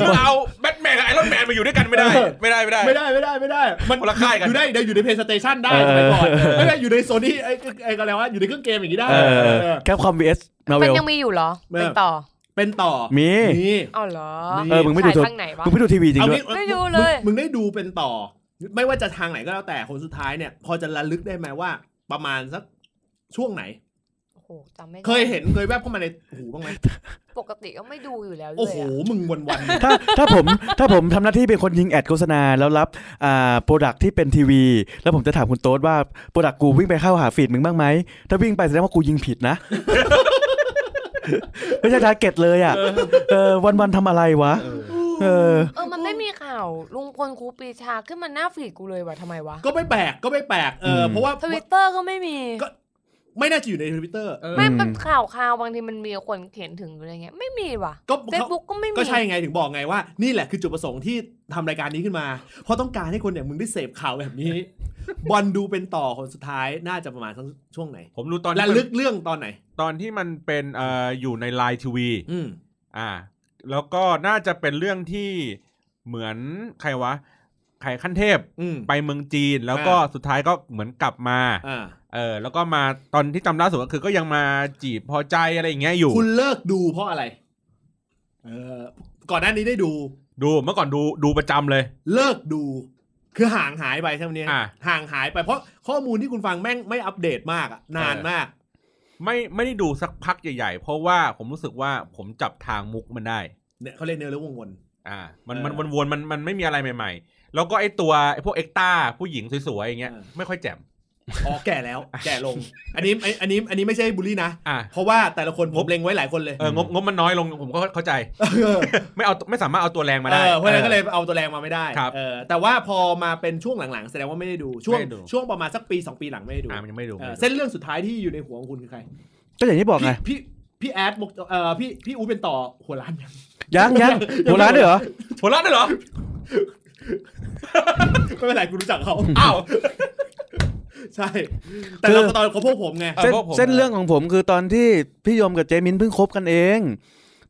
Speaker 2: มึงเอาแบทแมนกับไอรอนแมนไปอยู่ด้วยกันไม่ได้ ไม่ได้ไม่ได้
Speaker 1: ไม่ได้ไม่ได้ไม่ได้ มัน
Speaker 2: คนละค่ายกัน
Speaker 1: อยู่ได้เดี๋ยวอยู่ในเพลย์สเตชันได้
Speaker 4: เออ
Speaker 1: สมัยก่อนไม่ได้อยู่ในโซนี่ไอ้ไอ้ก็แล้วว่าอยู่ในเครื่องเกมอย่างนี้ได้
Speaker 4: เออ
Speaker 1: เออ
Speaker 4: แคปคอมวีเอสมาเว
Speaker 3: มัน
Speaker 4: ล
Speaker 3: ยังมีอยู่เหรอ
Speaker 1: ไม่
Speaker 3: เป็นต่อ
Speaker 1: เป็นต่อ
Speaker 4: มี
Speaker 1: มี
Speaker 3: เอาเหรอ
Speaker 4: เออมึงไม่ดูโทร
Speaker 3: ทางไหนวะ
Speaker 4: มึงไม่ดูทีวีจริง
Speaker 1: เอา
Speaker 4: ด้วย
Speaker 1: งี้
Speaker 3: ไม่ดูเลย
Speaker 1: มึงมึงได้ดูเป็นต่อ ไม่ว่าจะทางไหนก็แล้วแต่คนสุดท้ายเนี่ย พอจะระลึกได้ไหมว่า ประมาณสักช่วงไหน
Speaker 3: โอ้โหจำไม่ได้
Speaker 1: เคยเห็นเคยแวบเข้ามาในหูบ้างไหม
Speaker 3: ปกติก็ไม่ดูอยู่แล้วเล
Speaker 1: โอ้
Speaker 3: ย
Speaker 1: โห
Speaker 3: อะ
Speaker 1: มึงวันวันๆ
Speaker 4: ถ้าถ้าผม [laughs] ถ้าผมทำหน้าที่เป็นคนยิงแอดโฆษณาแล้วรับอ่าโปรดักที่เป็นทีวี แล้วผมจะถามคุณโต๊ดว่าโปรดักกูวิ่งไปเข้าหาฟีดมึงบ้างไหม ถ้าวิ่งไปแสดงว่ากูยิงผิดนะ ไม่ใช่ทาร์เก็ตเลยอ่ะเออวันวันๆทำอะไรวะ เออ
Speaker 3: เออมันไม่มีข่าวลุงพลครูปรีชาขึ้นมาหน้าฝีดกูเลยวะทำไมวะ
Speaker 1: ก็ไม่แปลกก็ไม่แปลกเอออ
Speaker 4: ม
Speaker 1: เพราะว่า
Speaker 3: ทวิตเตอร์ก็ไม่มี
Speaker 1: ก็ไม่น่าจะอยู่ในทวิตเตอร์
Speaker 4: อ
Speaker 3: ไม่เป็นข่าวข่าวบางทีมันมีคนเขียนถึงอะไรเงี้ยไม่มีว่ะ
Speaker 1: ก็
Speaker 3: เฟซบุ๊กก็ไม่มี
Speaker 1: ก็ใช่ไงถึงบอกไงว่า นี่แหละคือจุดประสงค์ที่ทำรายการนี้ขึ้นมา เพราะต้องการให้คนอย่างมึงได้เสพข่าวแบบนี้ [laughs] บอลดูเป็นต่อคนสุดท้ายน่าจะประมาณสักช่วงไหน
Speaker 2: ผมรู้ตอน
Speaker 1: และ
Speaker 2: ที่มัน
Speaker 1: ลึกเรื่องตอนไหน
Speaker 2: ตอนที่มันเป็นเอ่ออยู่ในไลน์ทีวี
Speaker 1: อืม
Speaker 2: อ่า แล้วก็น่าจะเป็นเรื่องที่เหมือนใครวะใครขั้นเทพ
Speaker 1: อืม
Speaker 2: ไปเมืองจีน แล้วก็
Speaker 1: อ่า
Speaker 2: สุดท้ายก็เหมือนกลับมา
Speaker 1: อ่า
Speaker 2: เออ แล้วก็มาตอนที่จำล่าสุดก็คือก็ยังมาจีบพอใจอะไรอย่างเงี้ยอยู่
Speaker 1: คุณเลิกดูเพราะอะไร เออก่อนหน้านี้ได้ดู
Speaker 2: ดูเมื่อก่อนดูดูประจำเลย
Speaker 1: เลิกดู คือห่างหายไปใช่ไหมเนี่ย
Speaker 2: อ่า
Speaker 1: ห่างหายไปเพราะข้อมูลที่คุณฟังแม่งไม่อัปเดตมากอะนานมาก
Speaker 2: ไม่ไม่ได้ดูสักพักใหญ่ๆ เพราะว่าผมรู้สึกว่าผมจับทางมุกมันได้
Speaker 1: เนี่ยเขาเล่นเนื้อเรื่องวงวน
Speaker 2: อ่า มัน
Speaker 1: เออ
Speaker 2: มันวนๆมันมันไม่มีอะไรใหม่ ๆ แล้วก็ไอตัวไอพวกเอ็กตาผู้หญิงสวยๆอย่างเงี้ย
Speaker 1: เออ
Speaker 2: ไม่ค่อยแจ่ม
Speaker 1: อ๋อแก่แล้ว แก่ลง อันนี้อันนี้อันนี้ไม่ใช่บูลลี่นะ
Speaker 2: อ่า
Speaker 1: เพราะว่าแต่ละคนผมเล็งไว้หลายคนเลย
Speaker 2: เอองบงบมันน้อยลงผมก็เข้าใจ
Speaker 1: เออ
Speaker 2: ไม่เอาไม่สามารถเอาตัวแรงมาได้
Speaker 1: เออเพราะฉะนั้นก็เลยเอาตัวแรงมาไม่ได้
Speaker 2: ครับ
Speaker 1: เออแต่ว่าพอมาเป็นช่วงหลังๆ แสดงว่าไม่ได้ดูช่วง
Speaker 2: ไม่ได้ดู
Speaker 1: ช่วงประมาณสักปีสองปีหลังไม่ได้ดู
Speaker 2: อ่ามันยังไม่ดู
Speaker 1: เออ
Speaker 2: ไม่ดู
Speaker 1: เส้นเรื่องสุดท้ายที่อยู่ในหัวของคุณคือใคร
Speaker 4: ก็อย่างที่บอกไง
Speaker 1: พี่พี่แอดบอกเออพี่พี่อูเป็นต่อหัวร้าน [laughs] ยัง
Speaker 4: ยังยังโบราณด้วยเหรอ
Speaker 2: หัวเราะด้วยเหรอ
Speaker 1: ไม่เป็นไรกูรู้จัก
Speaker 2: [laughs]
Speaker 1: เขา
Speaker 2: อ้าว
Speaker 1: ใช่ แต่เรา
Speaker 4: คือ
Speaker 1: ตอนเขาพวกผมไง
Speaker 2: เออ
Speaker 4: เส้น
Speaker 2: พวกผม
Speaker 4: เส้นเรื่องของผมคือตอนที่พี่ยมกับเจมินเพิ่งคบกันเอง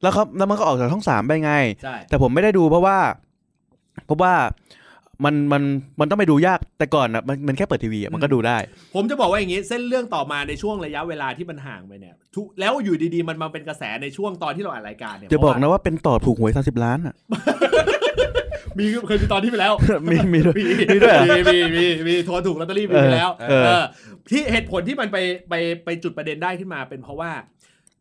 Speaker 4: แล้วเขาแล้วมันก็ออกจากช่องสามไปไง
Speaker 1: ใช่
Speaker 4: แต่ผมไม่ได้ดูเพราะว่า เพราะว่ามันมันมันต้องไปดูยากแต่ก่อนอ่ะมันมันแค่เปิดทีวีอะมันก็ดูได้
Speaker 1: ผมจะบอกว่าอย่างนี้เส้นเรื่องต่อมาในช่วงระยะเวลาที่มันห่างไปเนี่ยทุแล้วอยู่ดีๆมันมาเป็นกระแสในช่วงตอนที่เราอ่านรายการเนี่ย
Speaker 4: จะบอก
Speaker 1: เพราว่า
Speaker 4: นะว่าเป็นต่อถูกหวยสามสิบล้านอ่ะ
Speaker 1: มีเคยมีตอนที่ไปแล้ว
Speaker 4: มี [laughs] มีด้วย
Speaker 1: มี
Speaker 4: มีด้วยเหรอ
Speaker 1: มีมีมีมีโทรถูกลอตเตอรี่มีไปแล้ว
Speaker 4: เออ
Speaker 1: เออที่เหตุผลที่มันไปไปไปจุดประเด็นได้ขึ้นมาเป็นเพราะว่า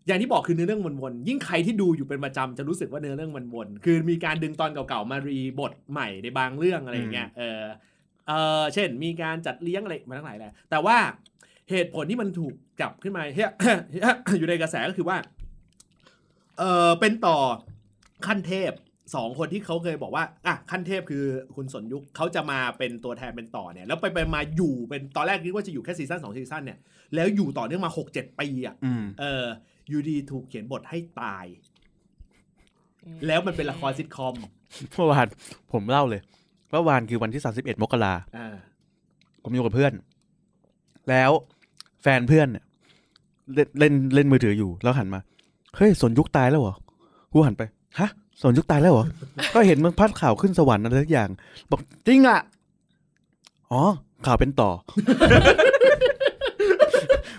Speaker 1: อย่างที่บอกคือเนื้อเรื่องวนๆยิ่งใครที่ดูอยู่เป็นประจำจะรู้สึกว่าเนื้อเรื่องวนๆคือมีการดึงตอนเก่าๆมารีบทใหม่ในบางเรื่องอะไรอย่างเงี้ยเออเออเช่น มีการจัดเลี้ยงอะไรมาทั้งหลายแหละแต่ว่าเหตุผลที่มันถูกจับขึ้นมาเฮ้ย [coughs] อยู่ในกระแสก็คือว่าเออเป็นต่อ ขั้นเทพสองคนที่เขาเคยบอกว่าอ่ะขั้นเทพคือคุณสนยุคเขาจะมาเป็นตัวแทนเป็นต่อเนี่ย แล้วไปไปมาอยู่เป็นตอนแรกคิดว่าจะอยู่แค่ซีซั่นสองซีซั่นเนี่ยแล้วอยู่ต่อเนื่องมาหกเจ็ดปีอ่ะ
Speaker 4: อืม
Speaker 1: เอออยู่ดีถูกเขียนบทให้ตาย แล้วมันเป็นละครซิทคอม
Speaker 4: เมื่อวานผมเล่าเลยเมื่อวานคือวันที่สามสิบเอ็ดมกรา
Speaker 1: อ่า
Speaker 4: ผมอยู่กับเพื่อน แล้วแฟนเพื่อนเนี่ยเล่นเล่นเล่นมือถืออยู่แล้วหันมาเฮ้ยสนยุคตายแล้วเหรอกูหันไปฮะสนยุคตายแล้วเหรอ ก็เห็นมันพัดข่าวขึ้นสวรรค์อะไรสักอย่าง บอกจริงอ่ะอ๋อข่าวเป็นต่อ [laughs]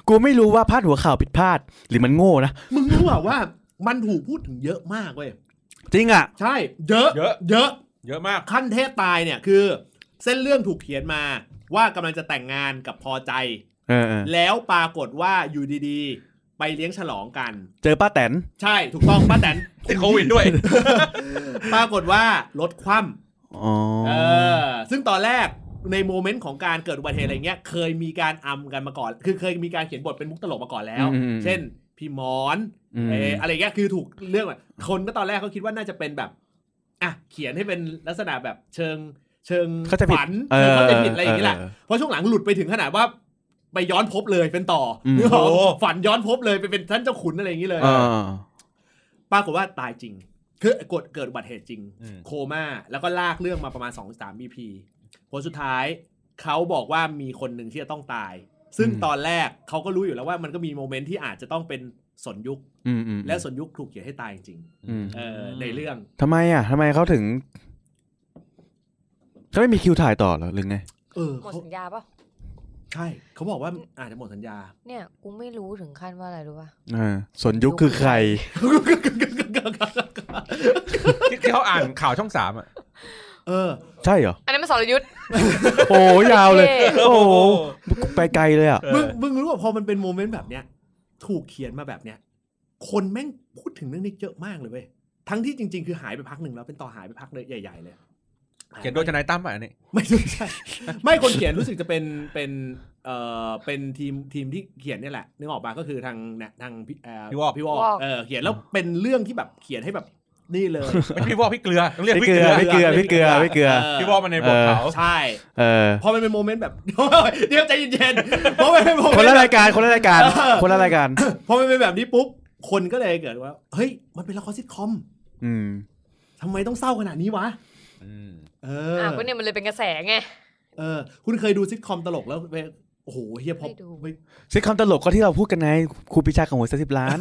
Speaker 4: กูไม่รู้ว่าพาดหัวข่าวผิดพลาด หรือมันโง่นะ
Speaker 1: มึงรู้อ่ะว่ามันถูกพูดถึงเยอะมากเว้ย
Speaker 4: จริงอ่ะ
Speaker 1: ใช่ เยอะ
Speaker 2: เยอะ
Speaker 1: เยอะ
Speaker 2: เยอะมาก
Speaker 1: ขั้นเทพตายเนี่ยคือ เส้นเรื่องถูกเขียนมาว่ากำลังจะแต่งงานกับพอใจ
Speaker 4: เออเออ
Speaker 1: แล้วปรากฏว่าอยู่ดีๆ ไปเลี้ยงฉลองกัน
Speaker 4: เจอป้าแตน
Speaker 1: ใช่ถูกต้องป้าแตน
Speaker 2: ติดโควิดด้วย
Speaker 1: ปรากฏว่ารถคว่
Speaker 4: อ๋อ
Speaker 1: ำเออ ซึ่งตอนแรก ในโมเมนต์ของการเกิดอุบัติเหตุอะไรเงี้ยเคยมีการอำกันมาก่อน คือเคยมีการเขียนบทเป็นมุกตลกมาก่อนแล้ว
Speaker 4: อืม
Speaker 1: เช่น พี่หมอน
Speaker 4: อืม
Speaker 1: เอออะไรเงี้ยคือถูกเรื่องอะคนก็ตอนแรกเขาคิดว่าน่าจะเป็นแบบอ่ะเขียนให้เป็นลักษณะแบบเชิงเชิง
Speaker 4: เขาใจะผิด
Speaker 1: ฝันเชิงเขาใจผิดอะไรอย่างเงี้ยแหละ
Speaker 4: เออ
Speaker 1: เพราะช่วงหลังหลุดไปถึงขนาดว่าไปย้อนภพเลยเป็นต่อ
Speaker 4: อืม
Speaker 1: นึกออก
Speaker 2: โอ้
Speaker 1: ฝันย้อนภพเลยไปเป็นท่านเจ้าขุนอะไรอย่างนี้เลย
Speaker 4: เออ
Speaker 1: ปรากฏว่าตายจริง คือเกิดเกิดอุบัติเหตุจริง
Speaker 2: อืม
Speaker 1: โคม่าแล้วก็ลากเรื่องมาประมาณ 2 3 BP ผลสุดท้ายเขาบอกว่ามีคนหนึ่งที่จะต้องตาย ซึ่ง
Speaker 4: อืม
Speaker 1: ตอนแรกเขาก็รู้อยู่แล้วว่ามันก็มีโมเมนต์ที่อาจจะต้องเป็นสนยุค
Speaker 4: อืมอืม
Speaker 1: และสนยุคถูกเขียนให้ตายจริง
Speaker 4: อืม
Speaker 1: ๆเออในเรื่อง
Speaker 4: ทำไมอ่ะทำไมเขาถึงเขาไม่มีคิวถ่ายต่อเหรอหรือไง
Speaker 1: เออ
Speaker 3: หมด
Speaker 1: เขา
Speaker 3: สัญญาป่ะ
Speaker 1: ใช่เขาบอกว่าอาจจะหมดสัญญา [laughs]
Speaker 3: เนี่ยกูไม่รู้ถึงขั้นว่าอะไรรู้ป่ะ
Speaker 4: อ่าสนยุคคือใคร
Speaker 2: ที่ที่เขาอ่านข่าวช่องสามอ่ะ
Speaker 1: เออ
Speaker 4: ใช่เหรอ
Speaker 3: อันนั้นมันสรยุทธ์
Speaker 4: โอ้ยาวเลย
Speaker 3: ท่
Speaker 4: โอ้โหไปไกลเลยอ่ะ
Speaker 2: เออ
Speaker 1: มึงมึงรู้ว่าพอมันเป็นโมเมนต์แบบเนี้ย ถูกเขียนมาแบบเนี้ย คนแม่งพูดถึงเรื่องนี้เยอะมากเลยเว้ยทั้งที่จริง ๆ คือหายไปพักหนึ่งแล้วเป็นต่อหายไปพักเลยใหญ่ ๆ เลย
Speaker 2: เขียนโดยทนายตั้มป่ะอันนี้
Speaker 1: ไม่ใช่ไม่ใช่ ไม่คนเขียนรู้สึกจะเป็นเป็นเอ่อเป็นทีมทีมที่เขียนเนี่ยแหละนึกออกมาก็คือทางเนี่ยทางพี่เอ่อ
Speaker 2: พี่วอก
Speaker 1: พี่วอกเออเขียนแล้วเป็นเรื่องที่แบบเขียนให้แบบนี่เลย
Speaker 2: ไม่ใช่พี่วอกพี่เกลือต้องเรียก
Speaker 4: ไม่
Speaker 2: พี่
Speaker 4: เก
Speaker 2: เก
Speaker 4: ลื
Speaker 2: ลื
Speaker 4: อ
Speaker 2: อ
Speaker 4: ไม่เกลือไม่เกลือไม่เกลือ
Speaker 2: พี่วอกมาในบทเขา
Speaker 1: ใช่
Speaker 4: เออ
Speaker 1: พอมันเป็นโมเมนต์แบบ [laughs] เดี๋ยวใจเย็นๆเพราะมันเป็นโมเมนต์
Speaker 4: ค
Speaker 1: แบ
Speaker 4: น
Speaker 1: บ
Speaker 4: ละรายการคนละรายการ [laughs] คนละรายการ
Speaker 1: พอมันเป็นแบบนี้ปุ๊บ คนก็เลยเกิดว่า เฮ้ย มันเป็นละครซิทคอม
Speaker 4: อืม
Speaker 1: ทำไมต้องเศร้าขนาดนี้วะ
Speaker 2: อืม
Speaker 1: เออ
Speaker 3: อ่ะก็เนี่ยมันเลยเป็นกระแสไง
Speaker 1: เออ คุณเคยดูซิทคอมตลกแล้วเป็นโอ้โหเฮียพอ
Speaker 3: ไม่ดู
Speaker 1: ไม่
Speaker 4: ซิทคอมตลกก็ที่เราพูดกันไงครูปิชาของหวยสิบล้าน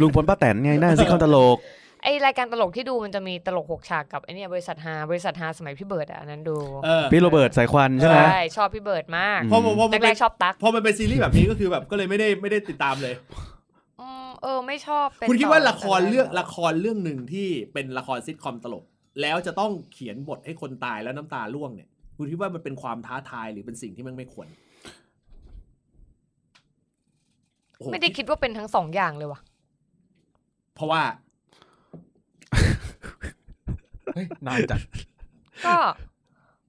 Speaker 4: ลุงพลป้าแตนไงนั่นซิทคอมตลก
Speaker 3: ไอรายการตลกที่ดูมันจะมีตลกหกฉากกับไอเนี่ยบริษัทฮาบริษัทฮาสมัยพี่เบิร์ดอ่ะอันนั้นดู
Speaker 1: เออ
Speaker 4: พี่โรเบิร์ตสายควันใช่ไหม
Speaker 3: ชอบพี่เบิร์ดมาก
Speaker 1: พอพอพอมัน
Speaker 3: แร
Speaker 1: เป็น
Speaker 3: กๆชอบตัก
Speaker 1: พอมันเป็นซีรีส์แบบนี้ก็คือแบบก็เลยไม่ได้ไม่ได้ติดตามเลย
Speaker 3: อืมเออไม่ชอบเป็น
Speaker 1: คุณคิดว่าละคร
Speaker 3: ต่
Speaker 1: เรื่อง
Speaker 3: แต่แก
Speaker 1: ละครเรื่องหนึ่งที่เป็นละครซิทคอมตลก แล้วจะต้องเขียนบทให้คนตายแล้วน้ำตาร่วงเนี่ย คุณคิดว่ามันเป็นความท้าทายหรือเป็นสิ่งที่มันไม่ควรโอ้โห
Speaker 3: ไม่ได้คิดว่าเป็นทั้งสองอย่างเลยว่ะ
Speaker 1: เพราะว่า [laughs]
Speaker 2: เฮ้ยนานจัด
Speaker 3: ก็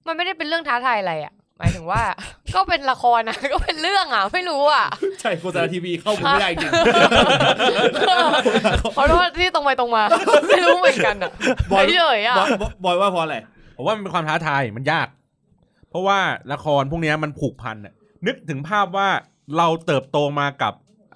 Speaker 3: มันไม่ได้เป็นเรื่องท้าทายอะไรอ่ะ หมายถึงว่า [laughs] ก็เป็นละครนะ [laughs] ก็เป็นเรื่องอ่ะไม่รู้อ่ะ [laughs]
Speaker 1: ใช่โฆษณาทีวีเข้ามึงไม่ได้จริง
Speaker 3: เพราะว่าที่ตรงไปตรงมา [laughs] ไม่รู้เหมือนกันอ่ะ
Speaker 1: บอย
Speaker 3: เฉยๆอ่ะ
Speaker 1: บอยบอยบอยว่าเพราะอะไร
Speaker 2: ผมว่ามันเป็นความท้าทายมันยาก เพราะว่าละครพวกเนี้ยมันผูกพันน่ะนึกถึงภาพว่าเราเติบโตมากับ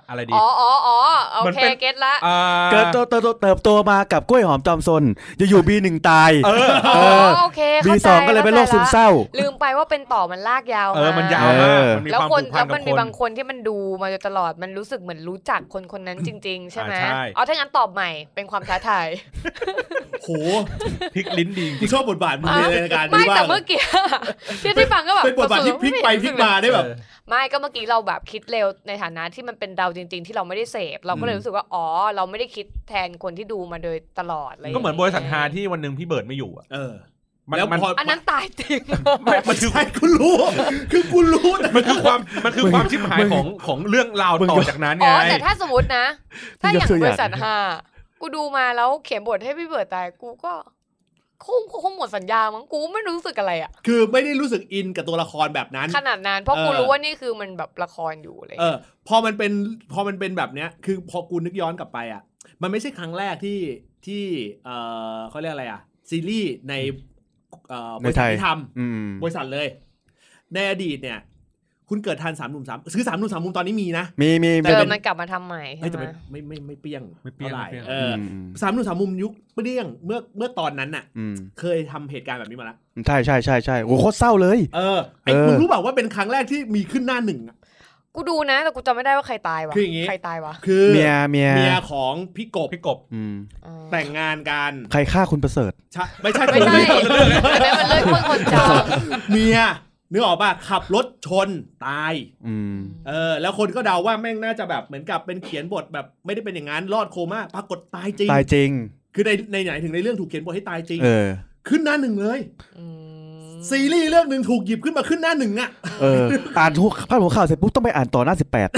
Speaker 2: อะไรดี
Speaker 3: อ๋ออ๋ออ๋อโอ
Speaker 2: มัน
Speaker 3: เค
Speaker 2: เป็น
Speaker 3: เก็ตละ
Speaker 2: อ่า
Speaker 4: เกิดโตเติบโตเติบโตมากับกล้วยหอมจอมซนจะอยู่บีหนึ่งตาย
Speaker 2: เออ
Speaker 3: อ๋
Speaker 4: เอ
Speaker 3: อ
Speaker 4: อ
Speaker 3: โอเค
Speaker 4: บี
Speaker 3: เข้าใจ
Speaker 4: สองก็เลยเป็นโรคซึมเศร้า
Speaker 3: ละลืมไปว่าเป็นต่อมันลากยาว
Speaker 2: เออ มันยาว
Speaker 4: เอ
Speaker 2: มาก
Speaker 4: อ
Speaker 2: มันมี
Speaker 3: แล้ว
Speaker 2: ความ
Speaker 3: คน
Speaker 2: ผูกพั
Speaker 3: แล้ว
Speaker 2: นกั
Speaker 3: มัน
Speaker 2: บ
Speaker 3: มี
Speaker 2: คน
Speaker 3: บางคนที่มันดูมาโดยตลอดมันรู้สึกเหมือนรู้จักคนคนนั้นจริง ๆ ใช่ไหม
Speaker 2: อ่าใช่
Speaker 3: เอาถ้างั้นตอบใหม่เป็นความท้าทาย
Speaker 1: โห
Speaker 2: พลิกลิ้นดี
Speaker 1: กู
Speaker 2: จริง
Speaker 1: ชอบบทบาทมึงในรายการ
Speaker 3: ไม่
Speaker 1: นี้มา
Speaker 3: แต่
Speaker 1: ก
Speaker 3: เมื่อกี้ [laughs] ที่ที่ฟังก็แบบ
Speaker 1: เป็นบทบาทที่พลิกไปพลิกมาได้แบบ
Speaker 3: ไม่ก็เมื่อกี้เราแบบคิดเร็วในฐานะที่มันเป็นเราจริง ๆ ที่เราไม่ได้เสพเราก็เลยรู้สึกว่าอ๋อเราไม่ได้คิดแทนคนที่ดูมาโดยตลอดะไรย่าง
Speaker 2: ก็
Speaker 3: งี้ย
Speaker 2: เหมือนบริษัทฮาที่วันหนึ่งพี่เบิร์ดไม่อยู่อ่ะ
Speaker 1: เออ
Speaker 2: มัน
Speaker 1: แล้ว
Speaker 2: มัน
Speaker 1: พอ
Speaker 3: อันนั้นตายจริง
Speaker 2: ไม่มันคือ
Speaker 1: ใช่กูรู้ คือกูรู้นะ
Speaker 2: มันคือความมันคือความชิบหายของของเรื่องราวต่อจากนั้น
Speaker 3: อ๋
Speaker 2: ไง
Speaker 3: อแต่ถ้าสมมตินะ ถ้าอย่าง
Speaker 4: ยกตัวอบ ย่าง
Speaker 3: ริษัทฮากูดูมาแล้วเขียนบทให้พี่เบิร์ดตายกูก็คงคงหมดสัญญามั้งกูไม่รู้สึกอะไรอะ
Speaker 1: คือไม่ได้รู้สึกอินกับตัวละครแบบนั้น
Speaker 3: ขนาดนั้นเพราะกู
Speaker 1: เออ
Speaker 3: รู้ว่านี่คือมันแบบละครอยู่เลย
Speaker 1: เออ พอมันเป็นพอมันเป็นแบบเนี้ย คือพอกูนึกย้อนกลับไปอ่ะ มันไม่ใช่ครั้งแรกที่ที่เออเขาเรียกอะไรอ่ะ ซีรีส์ในเอ่อบ
Speaker 4: ใน
Speaker 1: ริ
Speaker 4: ไท
Speaker 1: ษัท
Speaker 4: ย
Speaker 1: ที่ทำ
Speaker 4: อืม
Speaker 1: บริษัทเลย ในอดีตเนี่ย คุณเกิดทันสามหนุ่มสามคือสามหนุ่มสามมุมตอนนี้มีนะ
Speaker 4: มีมี
Speaker 1: แต่
Speaker 3: เอ
Speaker 1: เป็
Speaker 3: อน มันกลับมาทำใหม่
Speaker 1: เฮ้ย
Speaker 3: ใช่
Speaker 1: แต่
Speaker 3: ไหม
Speaker 1: มันไม่ไม่ไม่เปรี้ยง
Speaker 2: ไม่เปรี้ยง
Speaker 1: ท่าไหร่
Speaker 2: ไม่เปรี้ยง
Speaker 1: เอออ
Speaker 4: ม
Speaker 1: สามหนุ่มสามมุมยุคเปรี้ยงเมื่อเมื่อตอนนั้นน่ะ
Speaker 4: อืม
Speaker 1: เคยทำเหตุการณ์แบบนี้มาละ
Speaker 4: ใช่ใช่ใช่ใช่โอ้โหโคตรเศร้าเลย
Speaker 1: เออไอ้
Speaker 4: เออ
Speaker 1: คุณรู้เปล่าว่าเป็นครั้งแรกที่มีขึ้นหน้าหนึ่งอะ
Speaker 3: กูดูนะ แต่กูจำไม่ได้ว่าใครตายวะ
Speaker 1: คืออย่างงี้
Speaker 3: ใครตายวะ
Speaker 1: คือ
Speaker 4: เมียเมีย
Speaker 1: เมียของพี่กบ
Speaker 2: พี่กบ
Speaker 4: อืม
Speaker 3: อ๋อ
Speaker 1: แต่งงานกัน
Speaker 4: ใครฆ่าคุณประเสริฐ
Speaker 1: ใช่ไม่ใช่
Speaker 3: ไม่ใช่
Speaker 1: คนละเรื่อง
Speaker 3: อันนั้นมันเรื่องคนคนจาง
Speaker 1: เมียนึกออกป่ะขับรถชนตาย
Speaker 4: อืม
Speaker 1: เออ แล้วคนก็เดาว่าแม่งน่าจะแบบเหมือนกับเป็นเขียนบทแบบไม่ได้เป็นอย่างนั้นรอดโคม่าปรากฏตายจริง
Speaker 4: ตายจริง
Speaker 1: คือในในไหนถึงในเรื่องถูกเขียนบทให้ตายจริง
Speaker 4: เออ
Speaker 1: ขึ้นหน้าหนึ่งเลย
Speaker 3: อืม
Speaker 1: ซีรีส์เรื่องหนึ่งถูกหยิบขึ้นมาขึ้นหน้าหนึ่งอะ [laughs]
Speaker 4: เออ อ่านทุกพาดหัวข่าวเสร็จปุ๊บต้องไปอ่านต่อหน้าสิบแปด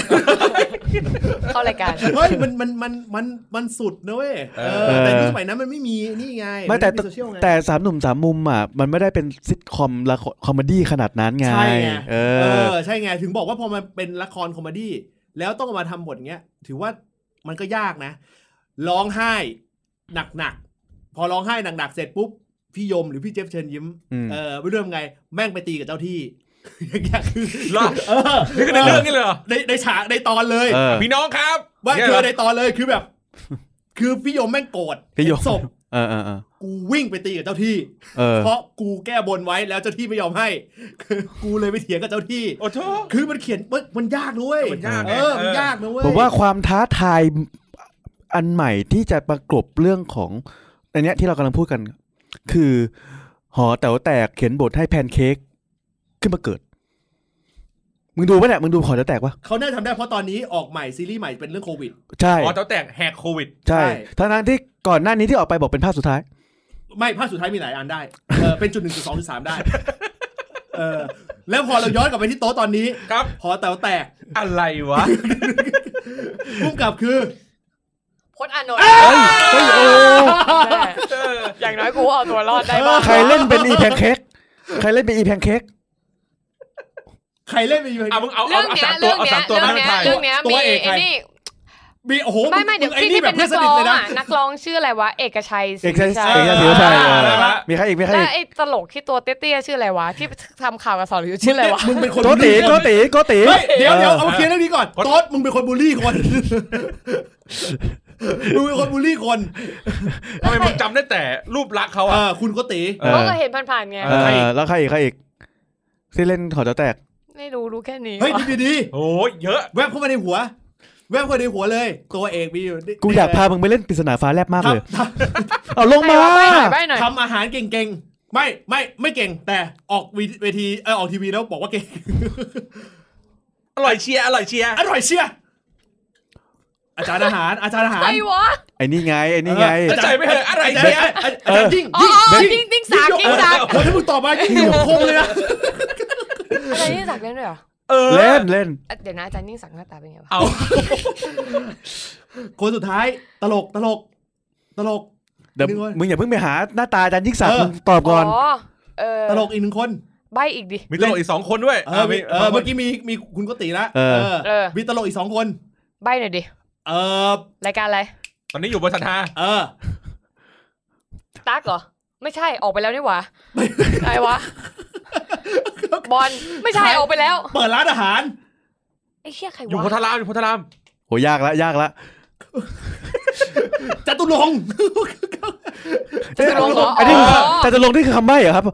Speaker 3: เข้ารายการ
Speaker 1: เฮ้ยมันมันมันมันมันสุดนะเว้ยเออ
Speaker 4: เออ
Speaker 1: แต่ที่สมัยนั้นมันไม่มีนี่ไง
Speaker 4: ไม่แต่
Speaker 1: นโซเชียลไง
Speaker 4: แต่สามหนุ่มสามมุมอ่ะมันไม่ได้เป็นซิทคอมละครคอมเมดี้ขนาดนั้นไง
Speaker 1: ใช่ไง
Speaker 4: เอ
Speaker 1: เอ
Speaker 4: อ
Speaker 1: อใช่ไง ถึงบอกว่าพอมันเป็นละครคอมเมดี้แล้วต้องเอามาทำบทเงี้ย ถือว่ามันก็ยากนะ ร้องไห้หนักๆ พอร้องไห้หนักๆ เสร็จปุ๊บ พี่ยมหรือพี่เจฟเชิญยิ้ม
Speaker 4: อืม
Speaker 1: เออไม่รู้ทำไง แม่งไปตีกับเจ้าที่ [laughs] อย่างเงี้ยคือ
Speaker 2: เหรอ
Speaker 1: เออ
Speaker 2: นี่ก็ในเรื่องนี้เลยเหรอ
Speaker 1: ในในฉากในตอนเลย
Speaker 4: เออ
Speaker 2: พี่น้องครับ
Speaker 1: ว่า
Speaker 2: เนี่ย
Speaker 1: เธ
Speaker 2: เหร
Speaker 1: อ
Speaker 2: อ
Speaker 1: ในตอนเลยคือแบบ คือพี่ยมแม่งโกรธ
Speaker 4: พี่ยม
Speaker 1: เห็นศพ
Speaker 4: เออเออเออ
Speaker 1: กูวิ่งไปตีกับเจ้าที่
Speaker 4: เออ
Speaker 1: เพราะกูแก้บนไว้แล้วเจ้าที่ไม่ยอมให้ กูเลยไปเถียงกับเจ้าที่
Speaker 2: โอ้โห
Speaker 1: คือมันเขียนปึ๊กมันยากนะเว้ย
Speaker 2: มันยากไง
Speaker 1: เออ
Speaker 2: เออ
Speaker 1: มันยากนะเว้ย
Speaker 4: ผมว่าความท้าทายอันใหม่ที่จะประกบเรื่องของอันเนี้ยที่เรากำลังพูดกัน คือ หอแต๋วแตกเขียนบทให้แพนเค้กขึ้นมาเกิด มึงดูปะเนี่ยมึงดูหอแต๋วแตกปะ
Speaker 1: เขาน่าจะทำได้เพราะตอนนี้ออกใหม่ซีรีส์ใหม่เป็นเรื่องโควิด
Speaker 4: ใช่
Speaker 2: อ๋อเต้าแตกแหกโควิด
Speaker 4: ใช่
Speaker 1: ใช่
Speaker 4: ทั้งนั้นที่ก่อนหน้านี้ที่ออกไปบอกเป็นภาคสุดท้าย
Speaker 1: ไม่ภาคสุดท้ายมีหลายอันได้เออเป็นจุดหนึ่งจุดสองจุดสามได้เออแล้วพอเราย้อนกลับไปที่โต๊ะตอนนี้
Speaker 2: ครับ
Speaker 1: หอแต๋วแตก
Speaker 2: อะไรวะ
Speaker 1: พุ่มกับคือ
Speaker 3: พจน์อานนท์
Speaker 4: เฮ้ยโอ้
Speaker 3: แม่อย่างน้อยกูเอาตัวรอดได้บ้าง
Speaker 4: ใครเล่นเป็นอีแพนเค้กใครเล่นเป็นอีแพนเค้ก
Speaker 1: ใครเล่นไปอยู่
Speaker 2: อ่ะมึงเอา
Speaker 3: เรื่อง
Speaker 2: เอา
Speaker 3: เนี้ย
Speaker 2: สามตั
Speaker 3: เรื่
Speaker 2: ว
Speaker 3: อง
Speaker 2: เอา
Speaker 3: เนี้ย
Speaker 2: สามตัว
Speaker 3: เรื่
Speaker 2: มา
Speaker 1: ตัวเอก
Speaker 2: ให้ไทย
Speaker 3: องเนี้ยเรื่องเนี้ยมี
Speaker 1: ใคร
Speaker 3: ไอ้นี่
Speaker 1: มีโอ้โห
Speaker 3: ไม่ไม่เดี๋ยว
Speaker 1: งไอ้
Speaker 3: ที่
Speaker 1: นี่
Speaker 3: ที่
Speaker 1: แบ
Speaker 3: เป็
Speaker 1: บ
Speaker 3: น
Speaker 1: เพื่อก น
Speaker 3: นั
Speaker 1: สนิท
Speaker 3: ร้อง
Speaker 1: เลยนะ
Speaker 3: อ่ะนักร้องชื่ออะไรวะเอกชัยศรี
Speaker 4: เอกชัย
Speaker 3: วิชัย
Speaker 4: เอกชัยศรีวิชัยเออ
Speaker 1: ได้ละ
Speaker 4: มีใครอีกมีใคร
Speaker 3: แล้
Speaker 4: อี
Speaker 3: ว
Speaker 4: ก
Speaker 3: ไอ้ตลกที่ตัวเตี้ยๆชื่ออะไรวะที่ทำข่าวกับสอนอยู่ชื่ออะไรวะ
Speaker 1: มึงเป็นคน
Speaker 4: โกติโกติโกติ
Speaker 1: เฮ้ยเดี๋ยวเดี๋ยว
Speaker 4: เออ
Speaker 1: เอามาเคลียร์เรื่องนี้ก่อนโต๊ะมึงเป็นคนบูลลี่คนมึงเป็นคนบูลลี่คน
Speaker 2: ทำไมมึงจำได้แต่รูปลักษณ์เขา
Speaker 1: เอ
Speaker 2: อ่ะ
Speaker 1: อคุณโกติ
Speaker 4: เออ
Speaker 3: ก็เคยเห็นผ่านๆไง
Speaker 4: เออแล้วใครอีกใครอีกที่เล่นหอแต๋วแตก
Speaker 3: ไม่รู้รู้แค่นี้
Speaker 1: เฮ้ยดีดีๆ
Speaker 2: โอ้ยเยอะ
Speaker 1: แวบเข้ามาในหัว แวบเข้ามาในหัวเลย ตัวเอกมีอยู่นี่
Speaker 4: กูอยากพามึงไปเล่นปริศนาฟ้าแลบมากเลย
Speaker 1: ทำท
Speaker 4: เอาลง
Speaker 3: ใคร
Speaker 4: มา
Speaker 3: วะไปหน่อยไปหน่อย
Speaker 1: ำทำอาหารเก่งๆ ไม่ไม่ไม่เก่ง แต่ออกวีเวทีเออออกทีวีแล้วบอกว่าเก่ง
Speaker 2: อร่อยเชียร์อร่อยเชียร์
Speaker 1: อร่อยเชียอาจารย์อาหารอาจารย์อาหาร
Speaker 3: ใครวะ
Speaker 4: ไอ้นี่ไง ไอ้นี่ไง
Speaker 2: เข้าใจไหมเฮ้ยอร่อย
Speaker 1: อาจาร
Speaker 2: เชีย
Speaker 1: ย์
Speaker 2: ร์
Speaker 1: อาจารย์ยิ่ง
Speaker 3: อ๋อ
Speaker 1: ยิ่ง
Speaker 3: อ๋อจริงจริงสักจริงสัก
Speaker 1: โอ้ยถ้ามึงตอบมากูโคงเลยนะ
Speaker 3: อะไรจริงสักเล่นด้วยเหรอ
Speaker 2: เออ
Speaker 4: เล่นเล่น
Speaker 3: อ่ะเดี๋ยวนะอาจารย์ยิ่งสักหน้าตาเป็นไงวะ
Speaker 2: เอา
Speaker 1: คนสุดท้ายตลกตลก ตลก
Speaker 4: เดี๋ยว
Speaker 1: นึกว่ามึ
Speaker 4: มึงอย่าเพิ่งไปหาหน้าตาอาจารย์ยิ่งศักดิ์
Speaker 1: เออ
Speaker 4: มึงตอบก่อน
Speaker 3: อ๋อเออ
Speaker 1: ตลกอีกหนึ่งคน
Speaker 3: ใบอีกดิ
Speaker 2: มีตลกอีกสองคนด้วย
Speaker 1: เออมีเออ
Speaker 2: เมื่
Speaker 1: เมื่
Speaker 2: อ
Speaker 1: อ
Speaker 2: กี้
Speaker 1: กี้มีมีคุณโกติละ
Speaker 4: เออ
Speaker 3: เออ
Speaker 1: มีตลกอีกสองคน
Speaker 3: ใบหน่อยดิ
Speaker 1: เออ
Speaker 3: รายการอะไร
Speaker 2: ตอนนี้อยู่บนสันทา
Speaker 1: เออ
Speaker 3: ตั๊กเหรอ ไม่ใช่ออกไปแล้วนี่หว่าอะไรวะ บอลไม่ใช่
Speaker 1: ใคร
Speaker 3: ออกไปแล้ว
Speaker 1: เปิดร้านอาหาร
Speaker 3: ไอ้เชี่ยใคร
Speaker 2: อยู่โพธา
Speaker 3: ะ
Speaker 2: รามอยู่โพธาราม
Speaker 4: โหยากละยากละ
Speaker 1: จตุรงค์ [laughs]
Speaker 4: จะ
Speaker 3: ตุรงค์เหรอ
Speaker 4: อันนี้คือ
Speaker 3: อ๋อ
Speaker 4: จะจะลงค์นี่คือคำใบ้เหรอครับ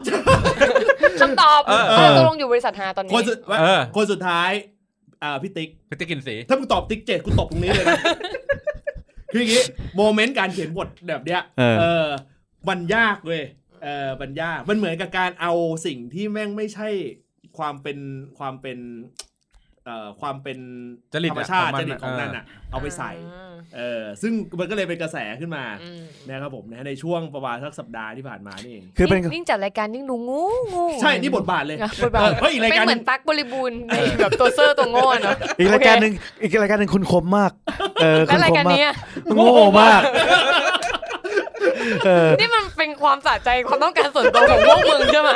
Speaker 3: คำตอบ
Speaker 2: เออ
Speaker 3: เออตกลงอยู่บริษัทฮาตอนนี้
Speaker 1: คนสุด
Speaker 2: เออ
Speaker 1: คนสุดท้าย อ่าพี่ติ๊ก
Speaker 2: พิจิกินสี
Speaker 1: ถ้ามึงตอบติ๊กเจ็ดกูตบตรงนี้เลยนะ [laughs] คืออย่างงี้โมเมนต์การเขียนบทแบบเนี้ย
Speaker 4: เออ
Speaker 1: เออมันยากเว้ยเออมันยากมันเหมือนกับการเอาสิ่งที่แม่งไม่ใช่ความเป็นความเป็นเอ่อความเป็น
Speaker 2: จริต
Speaker 1: ธรร
Speaker 2: อะ
Speaker 1: มชาติ
Speaker 2: ของ
Speaker 1: จ
Speaker 2: มันอะ
Speaker 1: ริตของนั่นอะเอาไปใส่
Speaker 3: อืม
Speaker 1: เออซึ่งมันก็เลยเป็นกระแสขึ้นมา
Speaker 3: อืม
Speaker 1: นะครับผมนะในช่วงประมาณสักสัปดาห์ที่ผ่านมานี่เอง
Speaker 4: คือเป็น
Speaker 3: ยิ่งจัดรายการยิ่งดูงูงู
Speaker 1: ใช่นี่บทบาทเลย
Speaker 3: บทบาท
Speaker 1: เฮ้ยอีกราย
Speaker 3: เป็น
Speaker 1: การ
Speaker 3: เหมือนตั๊กบริบูรณ์ในแบบตัวเซอร์ตัวโง่เนาะ
Speaker 4: อีกรายการหนึ่งอีกรายการหนึ่งคุณคมมาก เออ
Speaker 3: โอเค
Speaker 4: คุ
Speaker 3: แล้ว
Speaker 4: ณ
Speaker 3: ราย
Speaker 4: คม
Speaker 3: การ
Speaker 4: มาก
Speaker 3: เนี้ย
Speaker 4: โง่มาก เออ
Speaker 3: [laughs] นี่มันเป็นความสะใจความต้องการส่วนตัวของพวกมึงใช่ไหม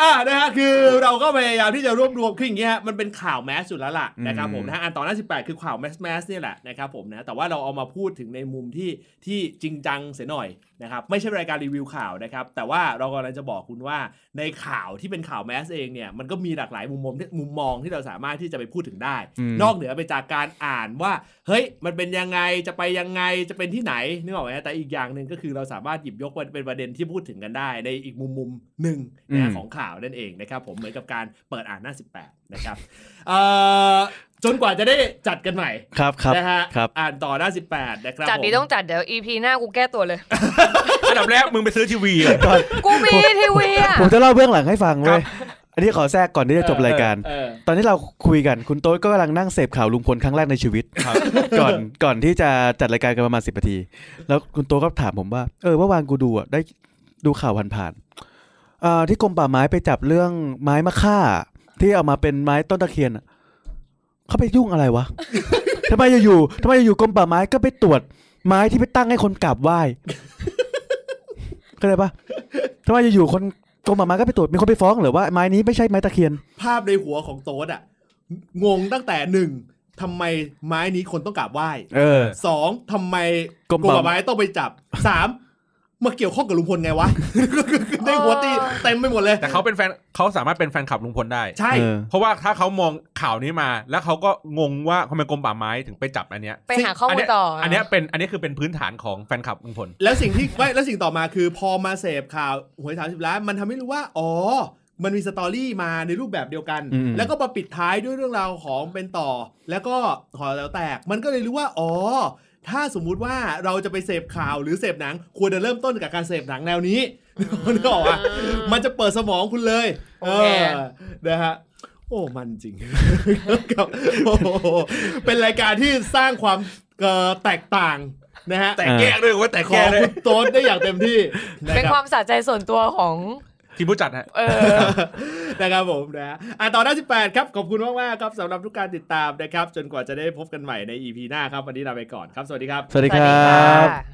Speaker 1: อ่านะฮะคือเราก็พยายามที่จะรวบรวมคืออย่างเงี้ยฮะมันเป็นข่าวแมสอยู่แล้วล่ะนะครับผมนะฮะอันตอนหน้า18 คือข่าวแมสแมสเนี่ยแหละนะครับผมนะแต่ว่าเราเอามาพูดถึงในมุมที่ที่จริงจังเสียหน่อยนะครับไม่ใช่รายการรีวิวข่าวนะครับแต่ว่าเรากำลังจะบอกคุณว่าในข่าวที่เป็นข่าวแมสเองเนี่ยมันก็มีหลากหลายมุมมองที่มุมมองที่เราสามารถที่จะไปพูดถึงได้
Speaker 4: อืม
Speaker 1: นอกเหนือไปจากการอ่านว่า เฮ้ยมันเป็นยังไงจะไปยังไงจะเป็นที่ไหนนึกออกไหมแต่อีกอย่างหนึ่งก็คือเราสามารถหยิบยกเป็นประเด็นที่พูดถึงกันได้ ในอีกมุมมุมหนึ่งนะฮะ
Speaker 4: อืม
Speaker 1: ของ ของข่าวนั่นเองนะครับผมเหมือนกับการเปิดอ่านหน้า 18 นะครับเอ่อจนกว่าจะได้จัดกันใหม่
Speaker 4: ครับครับ
Speaker 1: นะฮะ
Speaker 4: ครับ
Speaker 1: อ่านต่อหน้า 18 นะครับ
Speaker 3: จัดดี
Speaker 1: ผม
Speaker 3: ต้องจัดเดี๋ยว EP หน้ากูแก้ตัวเลย
Speaker 2: อันดับแรกมึงไปซื้อทีวีก่อน
Speaker 4: ก่อน
Speaker 3: กูมีทีวีอ่ะ
Speaker 4: ผมจะเล่าเบื้องหลังให้ฟัง
Speaker 2: ค
Speaker 4: เว้
Speaker 2: รั
Speaker 4: ย
Speaker 2: บ
Speaker 4: อันนี้ขอแทรกก่อนที่จะจบรายการ
Speaker 1: เออ
Speaker 4: ตอนที่เราคุยกันคุณโต๊ดก็กำลังนั่งเสพข่าวลุงพลครั้งแรกในชีวิตก่อนก่อนที่จะจัดรายการกันประมาณสิบนาที แล้วคุณโต๊ดก็ถามผมว่า เออเมื่อวานกูดูอ่ะได้ดูข่าวผ่านๆอ่าที่กรมป่าไม้ไปจับเรื่องไม้มะค่า ที่เอามาเป็นไม้ต้นตะเคียนอะ เขาไปยุ่งอะไรว [laughs] ะ ทำไมอยู่ๆทำไมอยู่ๆกรมป่าไม้ก็ไปตรวจไม้ที่ไปตั้งให้คนกราบไหว้เข้าใจปะทำไมอยู่ๆคนกรมป่าไม้ก็ไปตรวจมีคนไปฟ้องเหรือว่าไม้นี้ไม่ใช่ไม้ตะเคียน
Speaker 1: ภาพในหัวของโต๊ดอะงงตั้งแต่หนึ่งทำไมไม้นี้คนต้องกราบไหว้
Speaker 4: เออ
Speaker 1: สองทำไม
Speaker 4: กรมป่า
Speaker 1: ไม้ต้องไปจับสามมาเกี่ยวข้องกับลุงพลไงวะ [laughs] ได้หัวตีเต็มไปหมดเลย
Speaker 2: แต่เขาเป็นแฟนเขาสามารถเป็นแฟนคลับลุงพลได้
Speaker 1: ใช่
Speaker 4: เออ
Speaker 2: เพราะว่าถ้าเขามองข่าวนี้มา แล้วเขาก็งงว่าทำไมกรมป่าไม้ถึงไปจับอันเนี้ย
Speaker 3: ไปหาข้อมูล
Speaker 2: เนี้ย
Speaker 3: ต่ออั
Speaker 2: นเนี้ยเป็นอันนี้คือเป็นพื้นฐานของแฟนคลับลุงพล
Speaker 1: แล้วสิ่งที่ไม่แล้วสิ่งต่อมาคือพอมาเสพข่าวหวยสามสิบล้านมันทำให้รู้ว่า อ๋อ มันมีสตอรี่มาในรูปแบบเดียวกัน
Speaker 4: อืม
Speaker 1: แล้วก็มาปิดท้ายด้วยเรื่องราวของเป็นต่อ แล้วก็หอแล้วแตก มันก็เลยรู้ว่า อ๋อ ถ้าสมมุติว่าเราจะไปเสพข่าวหรือเสพหนัง ควรจะเริ่มต้นกับการเสพหนังแนวนี้ นึกออกอ่ะมันจะเปิดสมองคุณเลย
Speaker 3: โอเค
Speaker 1: อนะฮะ โอ้ มันจริง [laughs] ครับโอ้โหเป็นรายการที่สร้างความเอ่อแตกต่างนะฮะ
Speaker 2: แต่แยกด้วยว่าแต่
Speaker 1: ข
Speaker 2: แย
Speaker 1: อก
Speaker 2: ด้วย
Speaker 1: คุณโต๊ดได้อย่างเต็มที่นะ
Speaker 3: เป็น
Speaker 1: ค
Speaker 3: ค
Speaker 1: รั
Speaker 3: วา
Speaker 1: บ
Speaker 3: มสะใจส่วนตัวของ
Speaker 2: ทีมผู้จัดฮะ
Speaker 3: เออ
Speaker 1: นะครับผมนะฮะอ่ะตอนหน้า18 ครับ ขอบคุณมากมากๆครับสำหรับทุกการติดตามนะครับ จนกว่าจะได้พบกันใหม่ใน EP หน้าครับ วันนี้ลาไปก่อนครับ สวัสดีครับ
Speaker 4: สวัสดีค
Speaker 3: ส
Speaker 4: รับ
Speaker 3: วัสดีค่ะ